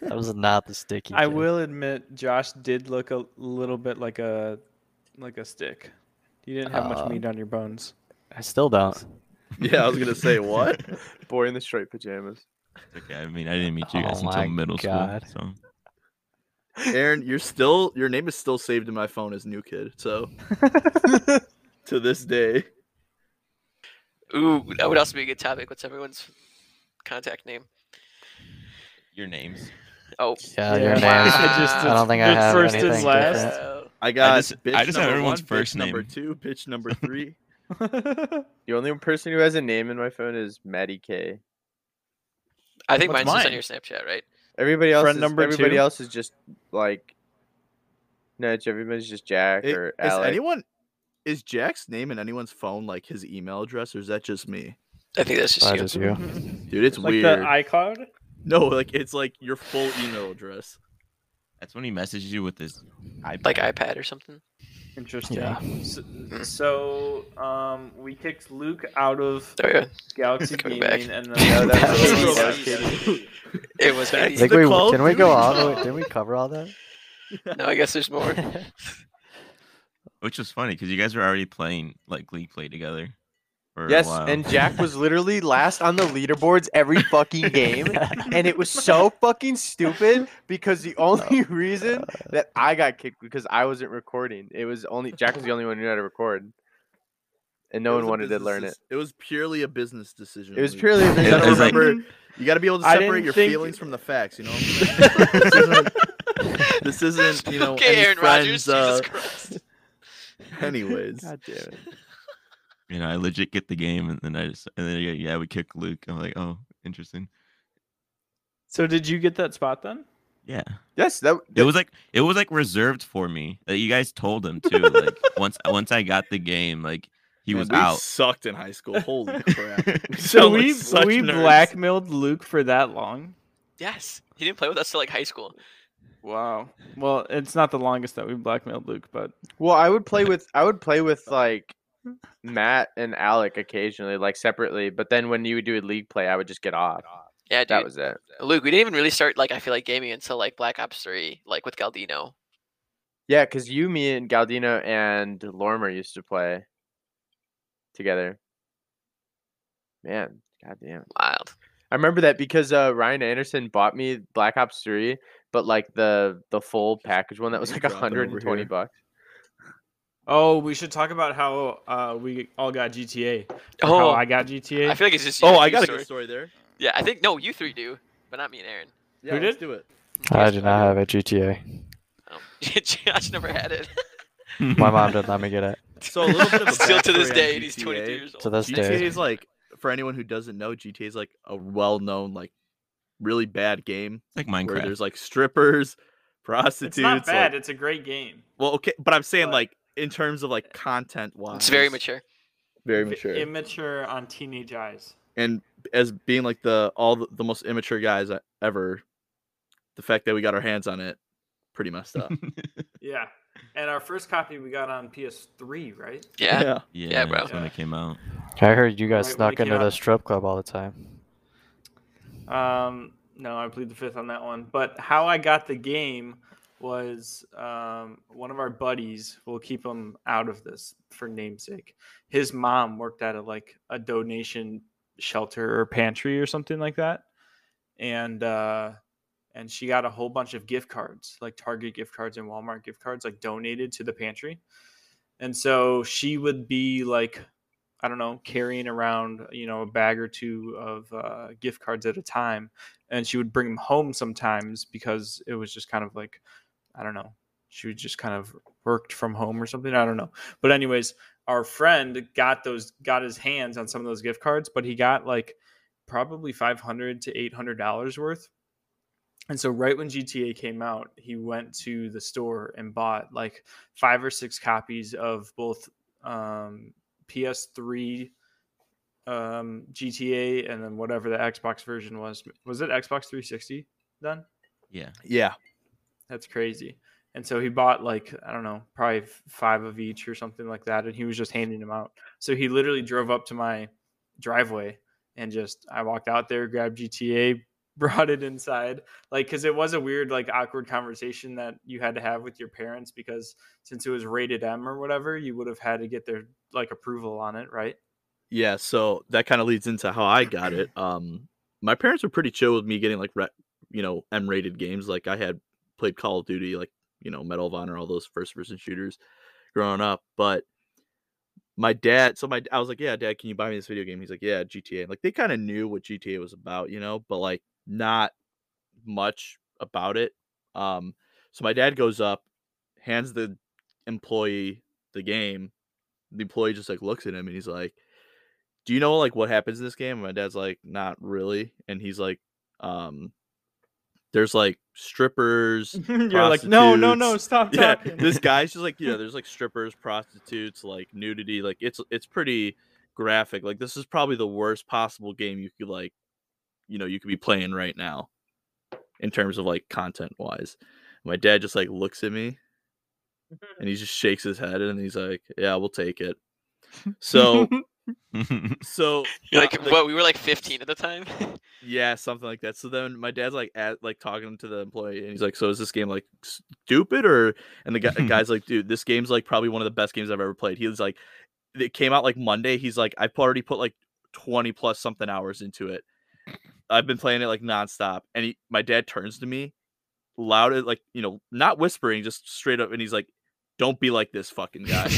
S1: That was not the sticky.
S4: I
S1: kid.
S4: will admit, Josh did look a little bit like a like a stick. You didn't have
S1: Uh,
S4: much meat on your bones.
S1: I still don't.
S5: yeah, I was gonna say what?
S7: Boy in the striped pajamas.
S3: Okay, I mean, I didn't meet you
S1: Oh
S3: guys
S1: my
S3: until middle
S1: God.
S3: school. So
S5: Aaron, you're still your name is still saved in my phone as new kid. So to this day,
S6: Ooh, that would also be a good topic. What's everyone's contact name?
S3: your names.
S6: Oh,
S1: Yeah,
S4: Yeah.
S1: uh, your name.
S6: Wow.
S1: I,
S6: I just-
S1: don't think I
S4: your
S1: have
S4: first and
S1: anything
S4: last.
S1: different.
S6: wow.
S5: I got
S3: just-
S5: bitch
S3: I just have
S5: number
S3: everyone's
S5: one,
S3: first
S5: bitch Number
S3: name.
S5: two, bitch number three.
S7: The only person who has a name in my phone is Maddie K.
S6: I think
S4: What's
S6: mine's just on
S4: mine?
S6: your Snapchat, right?
S7: Everybody else,
S4: Friend
S7: is,
S4: number
S7: everybody
S4: two?
S7: else is just like, no, it's everybody's just Jack
S5: It- is
S7: or Alex.
S5: anyone is Jack's name in anyone's phone like his email address, or is that just me?
S6: I think that's just
S1: That
S6: you.
S1: is you.
S5: Dude, it's
S4: like
S5: weird.
S4: the iCloud.
S5: no, like it's like your full email address.
S3: That's when he messaged you with his iPad.
S6: Like iPad or something.
S4: Interesting.
S1: Yeah.
S4: S- So, um, we kicked Luke out of
S6: There we go.
S4: Galaxy
S6: Coming
S4: Gaming,
S6: back.
S4: and then
S7: No, that
S6: That
S7: was Katie,
S6: was
S7: that was
S6: easy.
S7: Katie.
S6: It was
S5: That's
S1: I
S6: Katie.
S1: think
S5: the
S1: we
S5: Call of
S1: can we
S5: Duty
S1: go all the way?
S5: talk.
S1: Did we cover all that?
S6: No, I guess there's more.
S3: Which was funny because you guys were already playing like league play together. For
S7: Yes,
S3: a while.
S7: and Jack was literally last on the leaderboards every fucking game. and it was so fucking stupid because the only reason that I got kicked because I wasn't recording. It was only Jack was the only one who knew how to record. And
S5: It
S7: no one
S5: was a
S7: wanted to
S5: business
S7: learn it.
S5: dec- It was purely a business decision.
S7: It was
S5: Lee.
S7: purely a
S5: You
S3: It
S5: gotta
S3: was like-
S5: remember, you gotta be able to
S4: I
S5: separate
S4: didn't
S5: your
S4: think-
S5: feelings from the facts. You know, this, isn't, this isn't you know
S6: okay,
S5: any
S6: Aaron Rodgers.
S5: friends. Uh,
S6: Jesus Christ.
S5: anyways,
S7: God damn it.
S3: you know, I legit get the game, and then I just and then yeah, yeah, we kick Luke. I'm like, oh, interesting.
S4: So did you get that spot then?
S3: Yeah,
S7: Yes, that
S3: it was like it was like reserved for me. Like, you guys told him too. Like once once I got the game, like he
S5: Man,
S3: was
S5: we
S3: out.
S5: Sucked in high school. Holy crap! We
S4: So
S5: sound like
S4: we
S5: such
S4: we
S5: nerds.
S4: blackmailed Luke for that long.
S6: Yes, he didn't play with us till like high school.
S4: Wow. Well, it's not the longest that we blackmailed Luke, but
S7: Well, I would play with I would play with like Matt and Alec occasionally, like separately. But then when you would do a league play, I would just get off.
S6: Yeah, dude.
S7: That was it.
S6: Luke, we didn't even really start like I feel like gaming until like Black Ops Three, like with Galdino.
S7: Yeah, because you, me, and Galdino and Lormer used to play together. Man, goddamn.
S6: Wild.
S7: I remember that because uh, Ryan Anderson bought me Black Ops 3, but like the the full package one that was
S5: name
S7: like
S5: dropping over
S7: 120
S5: here.
S7: bucks.
S4: oh, we should talk about how uh, we all got GTA. or how
S6: Oh,
S4: I
S6: I,
S4: got GTA.
S6: feel like it's just. you
S5: Oh,
S6: and
S5: I
S6: you
S5: got a
S6: story.
S5: good story there.
S6: Yeah, I think no, you three do, but not me and Aaron.
S5: Yeah,
S4: Who
S5: let's
S4: did?
S5: do it.
S1: I do not have a GTA.
S6: Um, Josh never had it.
S1: My mom didn't let me get it
S5: So a little bit of a
S6: Still to
S5: backstory
S6: this
S5: on
S6: day, and he's
S5: GTA.
S6: 22 years
S1: to
S6: old.
S1: this
S5: GTA
S1: day.
S5: is like for anyone who doesn't know, GTA is like a well-known, like really bad game
S3: like
S5: where
S3: Minecraft.
S5: there's like strippers, prostitutes.
S4: it's not bad.
S5: Like,
S4: it's a great game.
S5: well, okay, but I'm saying
S4: but-
S5: like in terms of like content wise,
S6: It's very mature.
S5: very
S4: V-
S5: mature,
S4: Immature on teenage eyes.
S5: and as being like the all the, the most immature guys I- ever, the fact that we got our hands on it, pretty messed up.
S4: Yeah. And our first copy we got on PS3, right?
S6: Yeah.
S3: yeah,
S6: bro.
S3: that's when it came out.
S1: I heard you guys
S4: Right,
S1: snuck
S4: Mickey,
S1: into
S4: uh,
S1: the strip club all the time.
S4: Um, no, I plead the fifth on that one. But how I got the game was um, one of our buddies. We'll keep him out of this for namesake. His mom worked at a like a donation shelter or pantry or something like that, and uh, and she got a whole bunch of gift cards, like Target gift cards and Walmart gift cards, like donated to the pantry. And so she would be like I don't know, carrying around, you know, a bag or two of uh, gift cards at a time. And she would bring them home sometimes because it was just kind of like, I don't know, she would just kind of worked from home or something. I don't know. But, anyways, our friend got those, got his hands on some of those gift cards, but he got like probably 500 to $800 worth. And so, right when GTA came out, he went to the store and bought like five or six copies of both um, PS3, um, GTA, and then whatever the Xbox version was. Was it Xbox 360 then?
S3: Yeah,
S5: yeah,
S4: That's crazy. And so he bought like I don't know, probably f- five of each or something like that, and he was just handing them out. So he literally drove up to my driveway and just I walked out there, grabbed GTA, brought it inside, like because it was a weird like awkward conversation that you had to have with your parents because since it was rated M or whatever, you would have had to get their like approval on it, right?
S5: yeah. So that kind of leads into how I got it. Um, my parents were pretty chill with me getting like re- you know M-rated games. Like I had played Call of Duty, like you know Medal of Honor, all those first-person shooters growing up, but. My dad, so my I was like, yeah, dad, can you buy me this video game? He's like, yeah, GTA. Like they kind of knew what GTA was about, you know, but like not much about it. Um, so my dad goes up, hands the employee the game. The employee just like looks at him and he's like, "Do you know like what happens in this game?" And my dad's like, "Not really." And he's like, um, "There's like strippers."
S4: You're like, no, no, no,
S5: Prostitutes.
S4: stop
S5: yeah,
S4: talking.
S5: this guy's just like, you know, there's like strippers, prostitutes, like nudity, like it's it's pretty graphic. Like this is probably the worst possible game you could like, you know, you could be playing right now, in terms of like content wise. My dad just like looks at me, and he just shakes his head, and he's like, "Yeah, we'll take it." So So
S6: You're
S5: uh,
S6: like,
S5: the-
S6: what? We were like 15 at the time.
S5: Yeah, something like that. So then my dad's like at like talking to the employee, and he's like, "So is this game like stupid or?" And the guy, guy's like, "Dude, this game's like probably one of the best games I've ever played." He was like, "It came out like Monday." He's like, "I've already put like twenty plus something hours into it. I've been playing it like nonstop." And he, my dad turns to me, loud as like you know, not whispering, just straight up, and he's like, "Don't be like this fucking guy."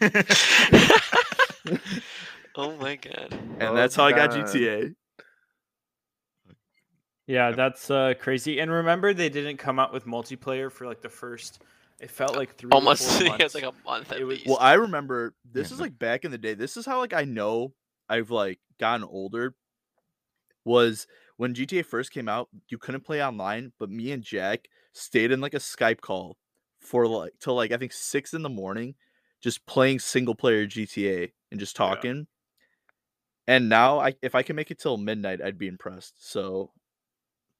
S6: oh my god.
S5: and
S7: Oh,
S5: that's how I got
S7: God.
S5: GTA.
S4: Yeah,
S3: Yep.
S4: that's uh, crazy. And remember, they didn't come out with multiplayer for like the first. It felt like three. or
S6: Almost.
S4: four
S6: yeah, it's
S4: months.
S6: like a month at
S4: It was-
S6: least.
S5: Well, I remember this is
S3: Yeah.
S5: like back in the day. This is how like I know I've like gotten older. Was when GTA first came out, you couldn't play online, but me and Jack stayed in like a Skype call for like till like I think six in the morning, just playing single player GTA and just talking. And now, I if I can make it till midnight, I'd be impressed. So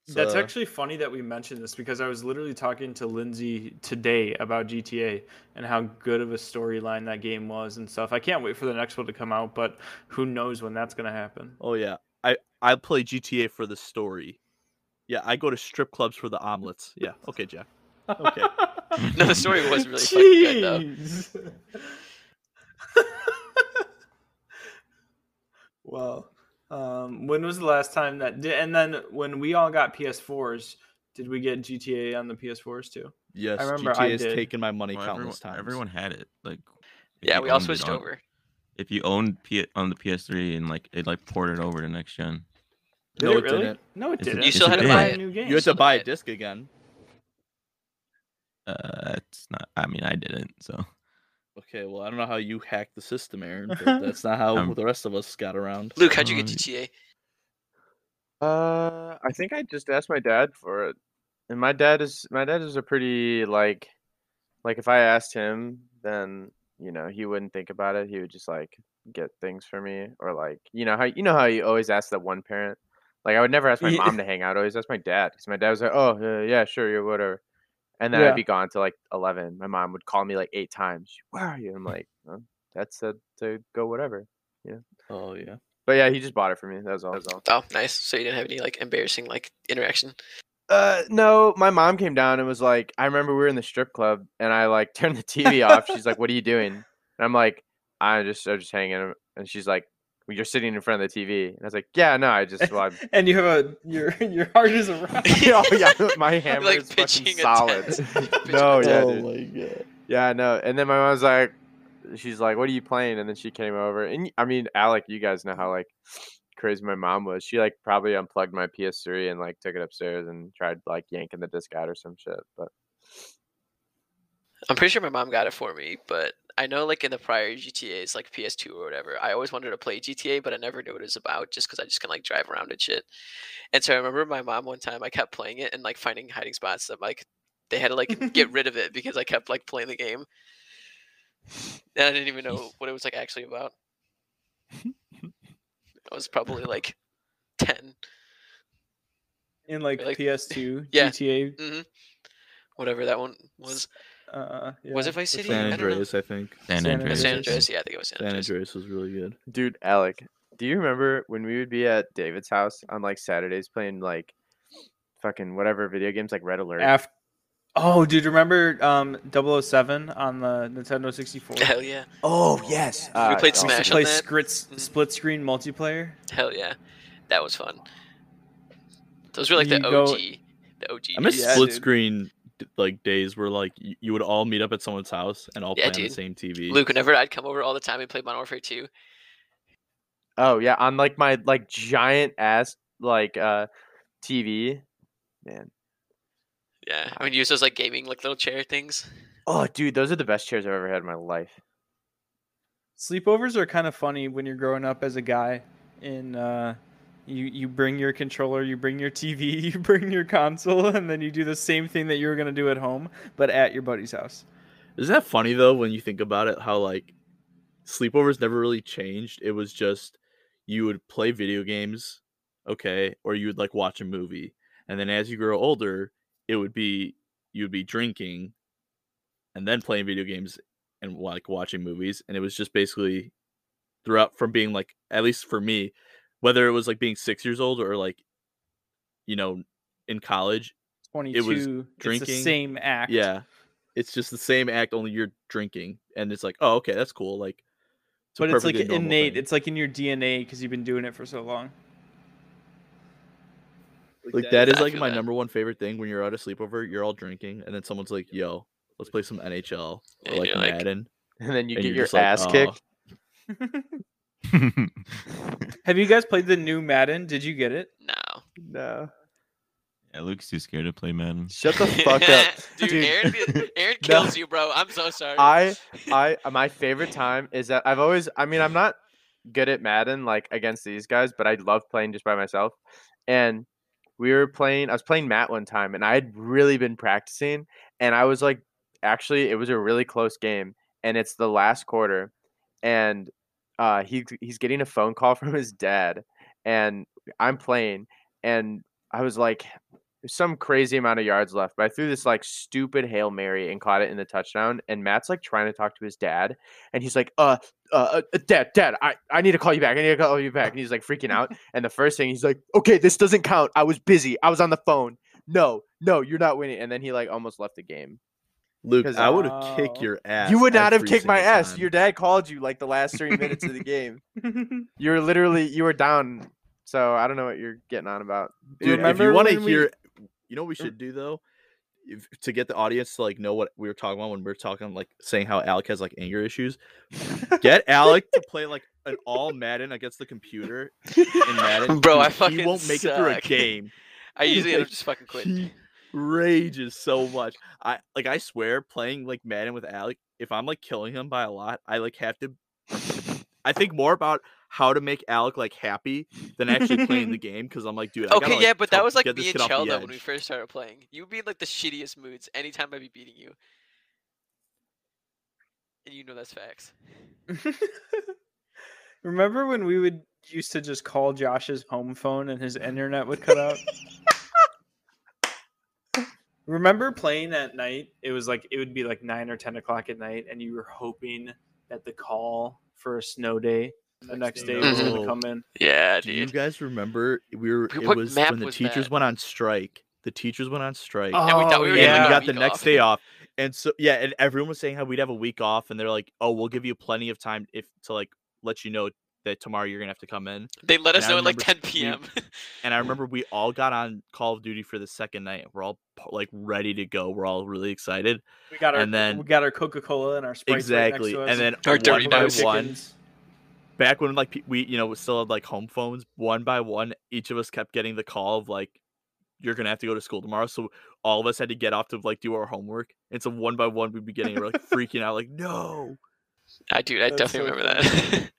S5: it's,
S4: That's
S5: uh,
S4: actually funny that we mentioned this because I was literally talking to Lindsay today about GTA and how good of a storyline that game was and stuff. I can't wait for the next one to come out, but who knows when that's gonna happen?
S5: Oh yeah, I I play GTA for the story. Yeah, I go to strip clubs for the omelets. Yeah, okay, Jack. Okay.
S6: No, the story was really fucking good, though.
S4: Jeez. well, um, when was the last time that? Did, and then when we all got PS4s, did we get GTA on the PS4s too?
S5: Yes,
S4: remember
S5: GTA
S4: I
S5: has
S4: did.
S5: taken my money
S3: Well, everyone,
S5: countless times.
S3: everyone had it. Like, if
S6: yeah,
S3: you
S6: we all
S3: owned it
S6: switched
S3: on-
S6: over.
S3: If you owned P- on the PS3 and like it like ported over to next gen,
S5: No, it didn't.
S4: No, it
S3: Yes, it
S4: didn't.
S3: You still had to
S6: buy
S4: a new game.
S5: you had to buy a
S6: Shit.
S5: disc again.
S3: uh, it's not. I mean, I didn't. So
S5: Okay, well, I don't know how you hacked the system, Aaron, but that's not how
S3: Um,
S5: the rest of us got around.
S6: Luke, how'd you get
S3: Uh,
S6: GTA?
S7: Uh, I think I just asked my dad for it, and my dad is my dad is a pretty like, like if I asked him, then you know he wouldn't think about it. He would just like get things for me, or like you know how you know how you always ask the one parent. Like I would never ask my
S4: Yeah.
S7: mom to hang out. I always ask my dad because my dad was like, "Oh uh, yeah, sure, yeah, whatever," and then
S4: Yeah.
S7: I'd be gone till like eleven. My mom would call me like eight times. She, Where are you? I'm like, oh, "Dad said to go whatever."
S5: Oh yeah.
S7: But yeah, he just bought it for me. That was all. That was all.
S6: Oh, nice. So you didn't have any like embarrassing like interaction.
S7: Uh, no, my mom came down and was like, I remember we were in the strip club and I like turned the TV off. She's like, What are you doing? And I'm like, I just, I'm just hanging. And she's like, well, You're sitting in front of the TV. And I was like, Yeah, no, I just, well, I'm-
S4: and you have a your your heart is a rock.
S7: yeah, oh, yeah, my hammer
S6: like
S7: is fucking
S6: pitching a
S7: solid.
S6: tent. Pitching
S7: no,
S6: a
S7: yeah,
S5: oh
S7: dude.
S5: my god.
S7: yeah, no. And then my mom's like, She's like, What are you playing? And then she came over. And y- I mean, Alec, you guys know how like crazy my mom was. She like probably unplugged my PS3 and like took it upstairs and tried like yanking the disc out or some shit. But.
S6: I'm pretty sure my mom got it for me, but I know like in the prior GTA's like PS2 or whatever, I always wanted to play GTA, but I never knew what it was about just because I just can like drive around and shit. And so I remember my mom one time I kept playing it and like finding hiding spots that like they had to like get rid of it because I kept like playing the game. And I didn't even know what it was like actually about. I was probably like 10,
S4: in like,
S6: Like-
S4: PS2,
S6: Yeah.
S4: GTA.
S6: Mm-hmm. whatever that one was.
S4: Uh,
S6: Was
S4: yeah.
S6: it Vice City?
S5: San
S6: I don't know.
S5: Andreas, I think.
S3: San,
S4: San
S3: Andreas.
S6: San
S4: Andreas.
S6: Andreas, yeah, I think it was San
S5: San
S6: Andreas.
S5: Andreas was really good.
S7: Dude, Alec, do you remember when we would be at David's house on like Saturdays playing like fucking whatever video games like Red Alert?
S4: Af- oh, dude, remember um 007 on the Nintendo 64?
S6: Hell yeah.
S7: oh yes,
S6: We played
S4: We used
S6: Smash
S4: to
S6: on
S4: play
S6: that?
S4: split,
S6: Mhm.
S4: split screen multiplayer.
S6: Hell yeah, that was fun. Those were like
S4: You
S6: the
S4: go-
S6: OG, the OG.
S5: I miss
S4: Yeah,
S5: split
S4: dude.
S5: screen d- like days where like y- you would all meet up at someone's house and all
S6: Yeah,
S5: play on the
S6: dude.
S5: same TV.
S6: Luke. Whenever I'd come over all the time and play Modern Warfare 2,
S7: Oh yeah, on like my like giant ass like uh TV. Man.
S6: yeah, I mean use those like gaming like little chair things.
S7: Oh dude, those are the best chairs I've ever had in my life.
S4: Sleepovers are kind of funny when you're growing up as a guy and uh, you you bring your controller, you bring your TV, you bring your console and then you do the same thing that you were going to do at home but at your buddy's house.
S5: Isn't that funny though when you think about it? How like sleepovers never really changed. It was just you would play video games, okay, or you would like watch a movie, and then as you grow older, it would be you would be drinking, and then playing video games and like watching movies, and it was just basically throughout from being like at least for me, whether it was like being six years old or like, you know, in college.
S4: 22 it's the
S5: drinking.
S4: same act
S5: Yeah, it's just the same act only you're drinking, and it's like, oh, okay, that's cool. Like, a
S4: but it's like
S5: perfectly normal
S4: innate
S5: thing.
S4: it's like in your dna because you've been doing it for so long
S5: like that is
S6: I
S5: like
S6: feel
S5: my
S6: that.
S5: number one favorite thing when you're at a sleepover, you're all drinking, and then someone's like, "Yo, let's play some NHL or
S6: And
S5: like
S6: you're like,
S5: Madden."
S7: and then you
S5: and
S7: get
S5: you're
S7: your
S5: just like,
S7: ass
S5: "Oh."
S7: kicked.
S4: have you guys played the new madden did you get it
S6: No.
S7: No.
S3: yeah, Luke's too scared to play Madden.
S7: Shut the fuck up.
S6: dude.
S7: Dude.
S6: Aaron, be- Aaron kills you, bro. I'm so sorry.
S7: I I uh, my favorite time is that I've always I mean I'm not good at Madden like against these guys, but I love playing just by myself. And we were playing I was playing Matt one time and I had really been practicing and I was like actually it was a really close game and it's the last quarter and uh he he's getting a phone call from his dad and I'm playing and I was like there's some crazy amount of yards left, but I threw this like stupid Hail Mary and caught it in the touchdown. And Matt's like trying to talk to his dad, and he's like, uh, uh, uh, dad, dad, I, I need to call you back. I need to call you back. And he's like freaking out. And the first thing he's like, okay, this doesn't count. I was busy. I was on the phone. No, no, you're not winning. And then he like almost left the game.
S5: Luke,
S7: 'Cause-
S5: I would have kicked
S4: Oh.
S5: your ass.
S7: you would not have
S5: every
S7: kicked my
S5: single
S7: ass.
S5: time.
S7: Your dad called you like the last three minutes of the game. You were literally you were down. So I don't know what you're getting on about.
S5: Dude, if
S4: Remember
S5: you want to
S4: when we-
S5: hear, you know what we should do though, if, to get the audience to like know what we were talking about when we were talking like saying how Alec has like anger issues. Get Alec to play like an all Madden against the computer in Madden.
S6: Bro, I
S5: dude,
S6: fucking
S5: he won't make it through a
S6: suck.
S5: game.
S6: I usually end up
S5: Like,
S6: just fucking quitting.
S5: He rages so much. I like I swear playing like Madden with Alec, if I'm like killing him by a lot, I like have to I think more about how to make Alec like happy than actually playing the game because I'm like, dude. I
S6: Okay,
S5: gotta,
S6: yeah, but that
S5: help
S6: was like
S5: get this
S6: me and
S5: kid off the
S6: Chelda when we
S5: edge.
S6: first started playing. You'd be in like the shittiest moods anytime I'd be beating you. And you know that's facts.
S4: remember when we would used to just call josh's home phone and his internet would cut out remember playing at night it was like it would be like 9 or 10 o'clock at night and you were hoping that the call for a snow day the next day was going
S5: Mhm.
S4: to come in
S6: Yeah,
S5: Do you guys remember we were?
S6: Wait,
S5: It
S6: what
S5: was
S6: map
S5: when the
S6: was
S5: teachers
S6: that?
S5: went on strike. The teachers went on strike.
S6: And we thought we
S5: and
S6: were gonna
S5: then
S6: have
S5: we
S6: a
S5: got the
S6: week
S5: next
S6: off.
S5: day off. And so yeah, and everyone was saying how we'd have a week off, and they're like, "Oh, we'll give you plenty of time if to like let you know that tomorrow you're gonna have to come in."
S6: They let
S5: And
S6: us
S5: I
S6: know at like 10
S5: remember we-
S6: p.m.
S5: And I remember we all got on Call of Duty for the second night. We're all p- like ready to go. We're all really excited.
S4: we got our
S5: and then-
S4: we got our coca-cola and our Sprite right next
S5: exactly.
S4: to us.
S5: and then
S6: Or
S5: one by
S6: Doritos.
S5: one,
S4: Chickens.
S5: back when like pe- we you know still had like home phones one by one each of us kept getting the call of like you're gonna have to go to school tomorrow so all of us had to get off to like do our homework and so one by one we'd be getting we're like freaking out like no
S6: I dude, I
S4: That's
S6: definitely
S4: so
S6: remember that.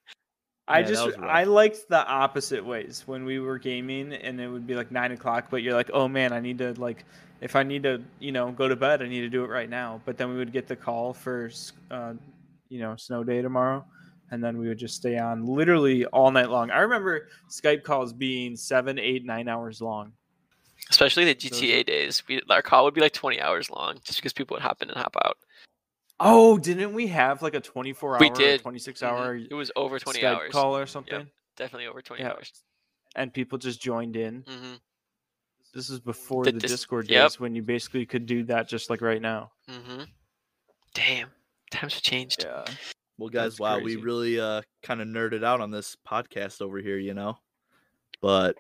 S4: I
S5: Yeah, that was
S4: just
S5: rough.
S4: I liked the opposite ways when we were gaming and it would be like nine o'clock, but you're like, oh man, I need to like if I need to you know go to bed, I need to do it right now. But then we would get the call for s- uh, you know snow day tomorrow, and then we would just stay on literally all night long. I remember Skype calls being seven, eight, nine hours long.
S6: Especially the
S4: Those are-
S6: GTA days. We, our call would be like 20 hours long just because people would hop in and hop out.
S4: Oh, didn't we have like a twenty four hour,
S6: We did.
S4: twenty six
S6: Mhm.
S4: hour
S6: It was over 20
S4: Skype
S6: hours.
S4: call or something?
S6: Definitely over 20
S4: Yeah.
S6: hours.
S4: And people just joined in.
S6: hmm
S4: This is before
S6: The
S4: the,
S6: dis-
S4: Discord
S6: yep.
S4: days when you basically could do that just like right now.
S6: hmm Damn. Times have changed.
S4: Yeah.
S5: well guys
S4: That's
S5: wow
S4: crazy.
S5: we really uh kind of nerded out on this podcast over here you know but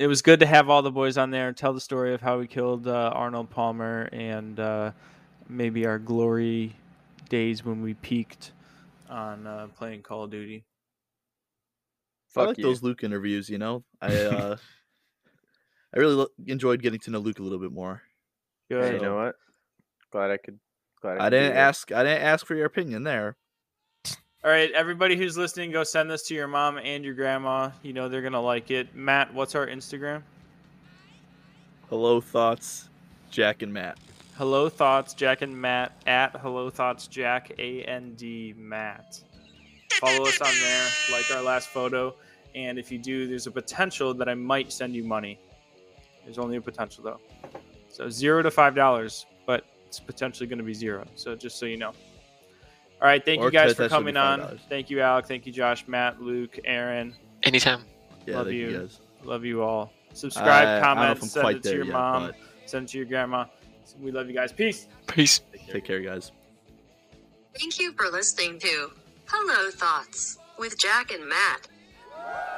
S4: It was good to have all the boys on there and tell the story of how we killed uh, Arnold Palmer and uh, maybe our glory days when we peaked on uh, playing Call of Duty.
S5: I
S7: Fuck
S5: like
S7: you.
S5: those Luke interviews, you know. I uh I really lo- enjoyed getting to know Luke a little bit more.
S7: Hey,
S4: Good.
S7: you know what? Glad I could.
S5: I
S7: Glad could be
S5: didn't
S7: here.
S5: ask I didn't ask for your opinion there.
S4: All right, everybody who's listening, go send this to your mom and your grandma. You know they're gonna like it. Matt, what's our Instagram?
S5: Hello thoughts, Jack and Matt.
S4: Hello Thoughts Jack and Matt at Hello Thoughts Jack A N D Matt. Follow us on there, like our last photo, and if you do, there's a potential that I might send you money. There's only a potential though. So zero to five dollars, but it's potentially going to be zero. So just so you know. All right, thank
S5: Or
S4: you guys
S5: Ted,
S4: for
S5: that should be
S4: coming on.
S5: $5.
S4: Thank you, Alec. Thank you, Josh, Matt, Luke, Aaron.
S6: Anytime.
S5: Yeah,
S4: Love
S5: thank you
S4: you.
S5: guys.
S4: Love you all. Subscribe,
S5: I- I don't know
S4: comment,
S5: if I'm
S4: send
S5: quite
S4: it to
S5: there
S4: your
S5: yet,
S4: mom,
S5: but
S4: send it to your grandma. We love you guys. Peace.
S6: Peace.
S5: Take care, guys.
S2: Thank you for listening to Hello Thoughts with Jack and Matt.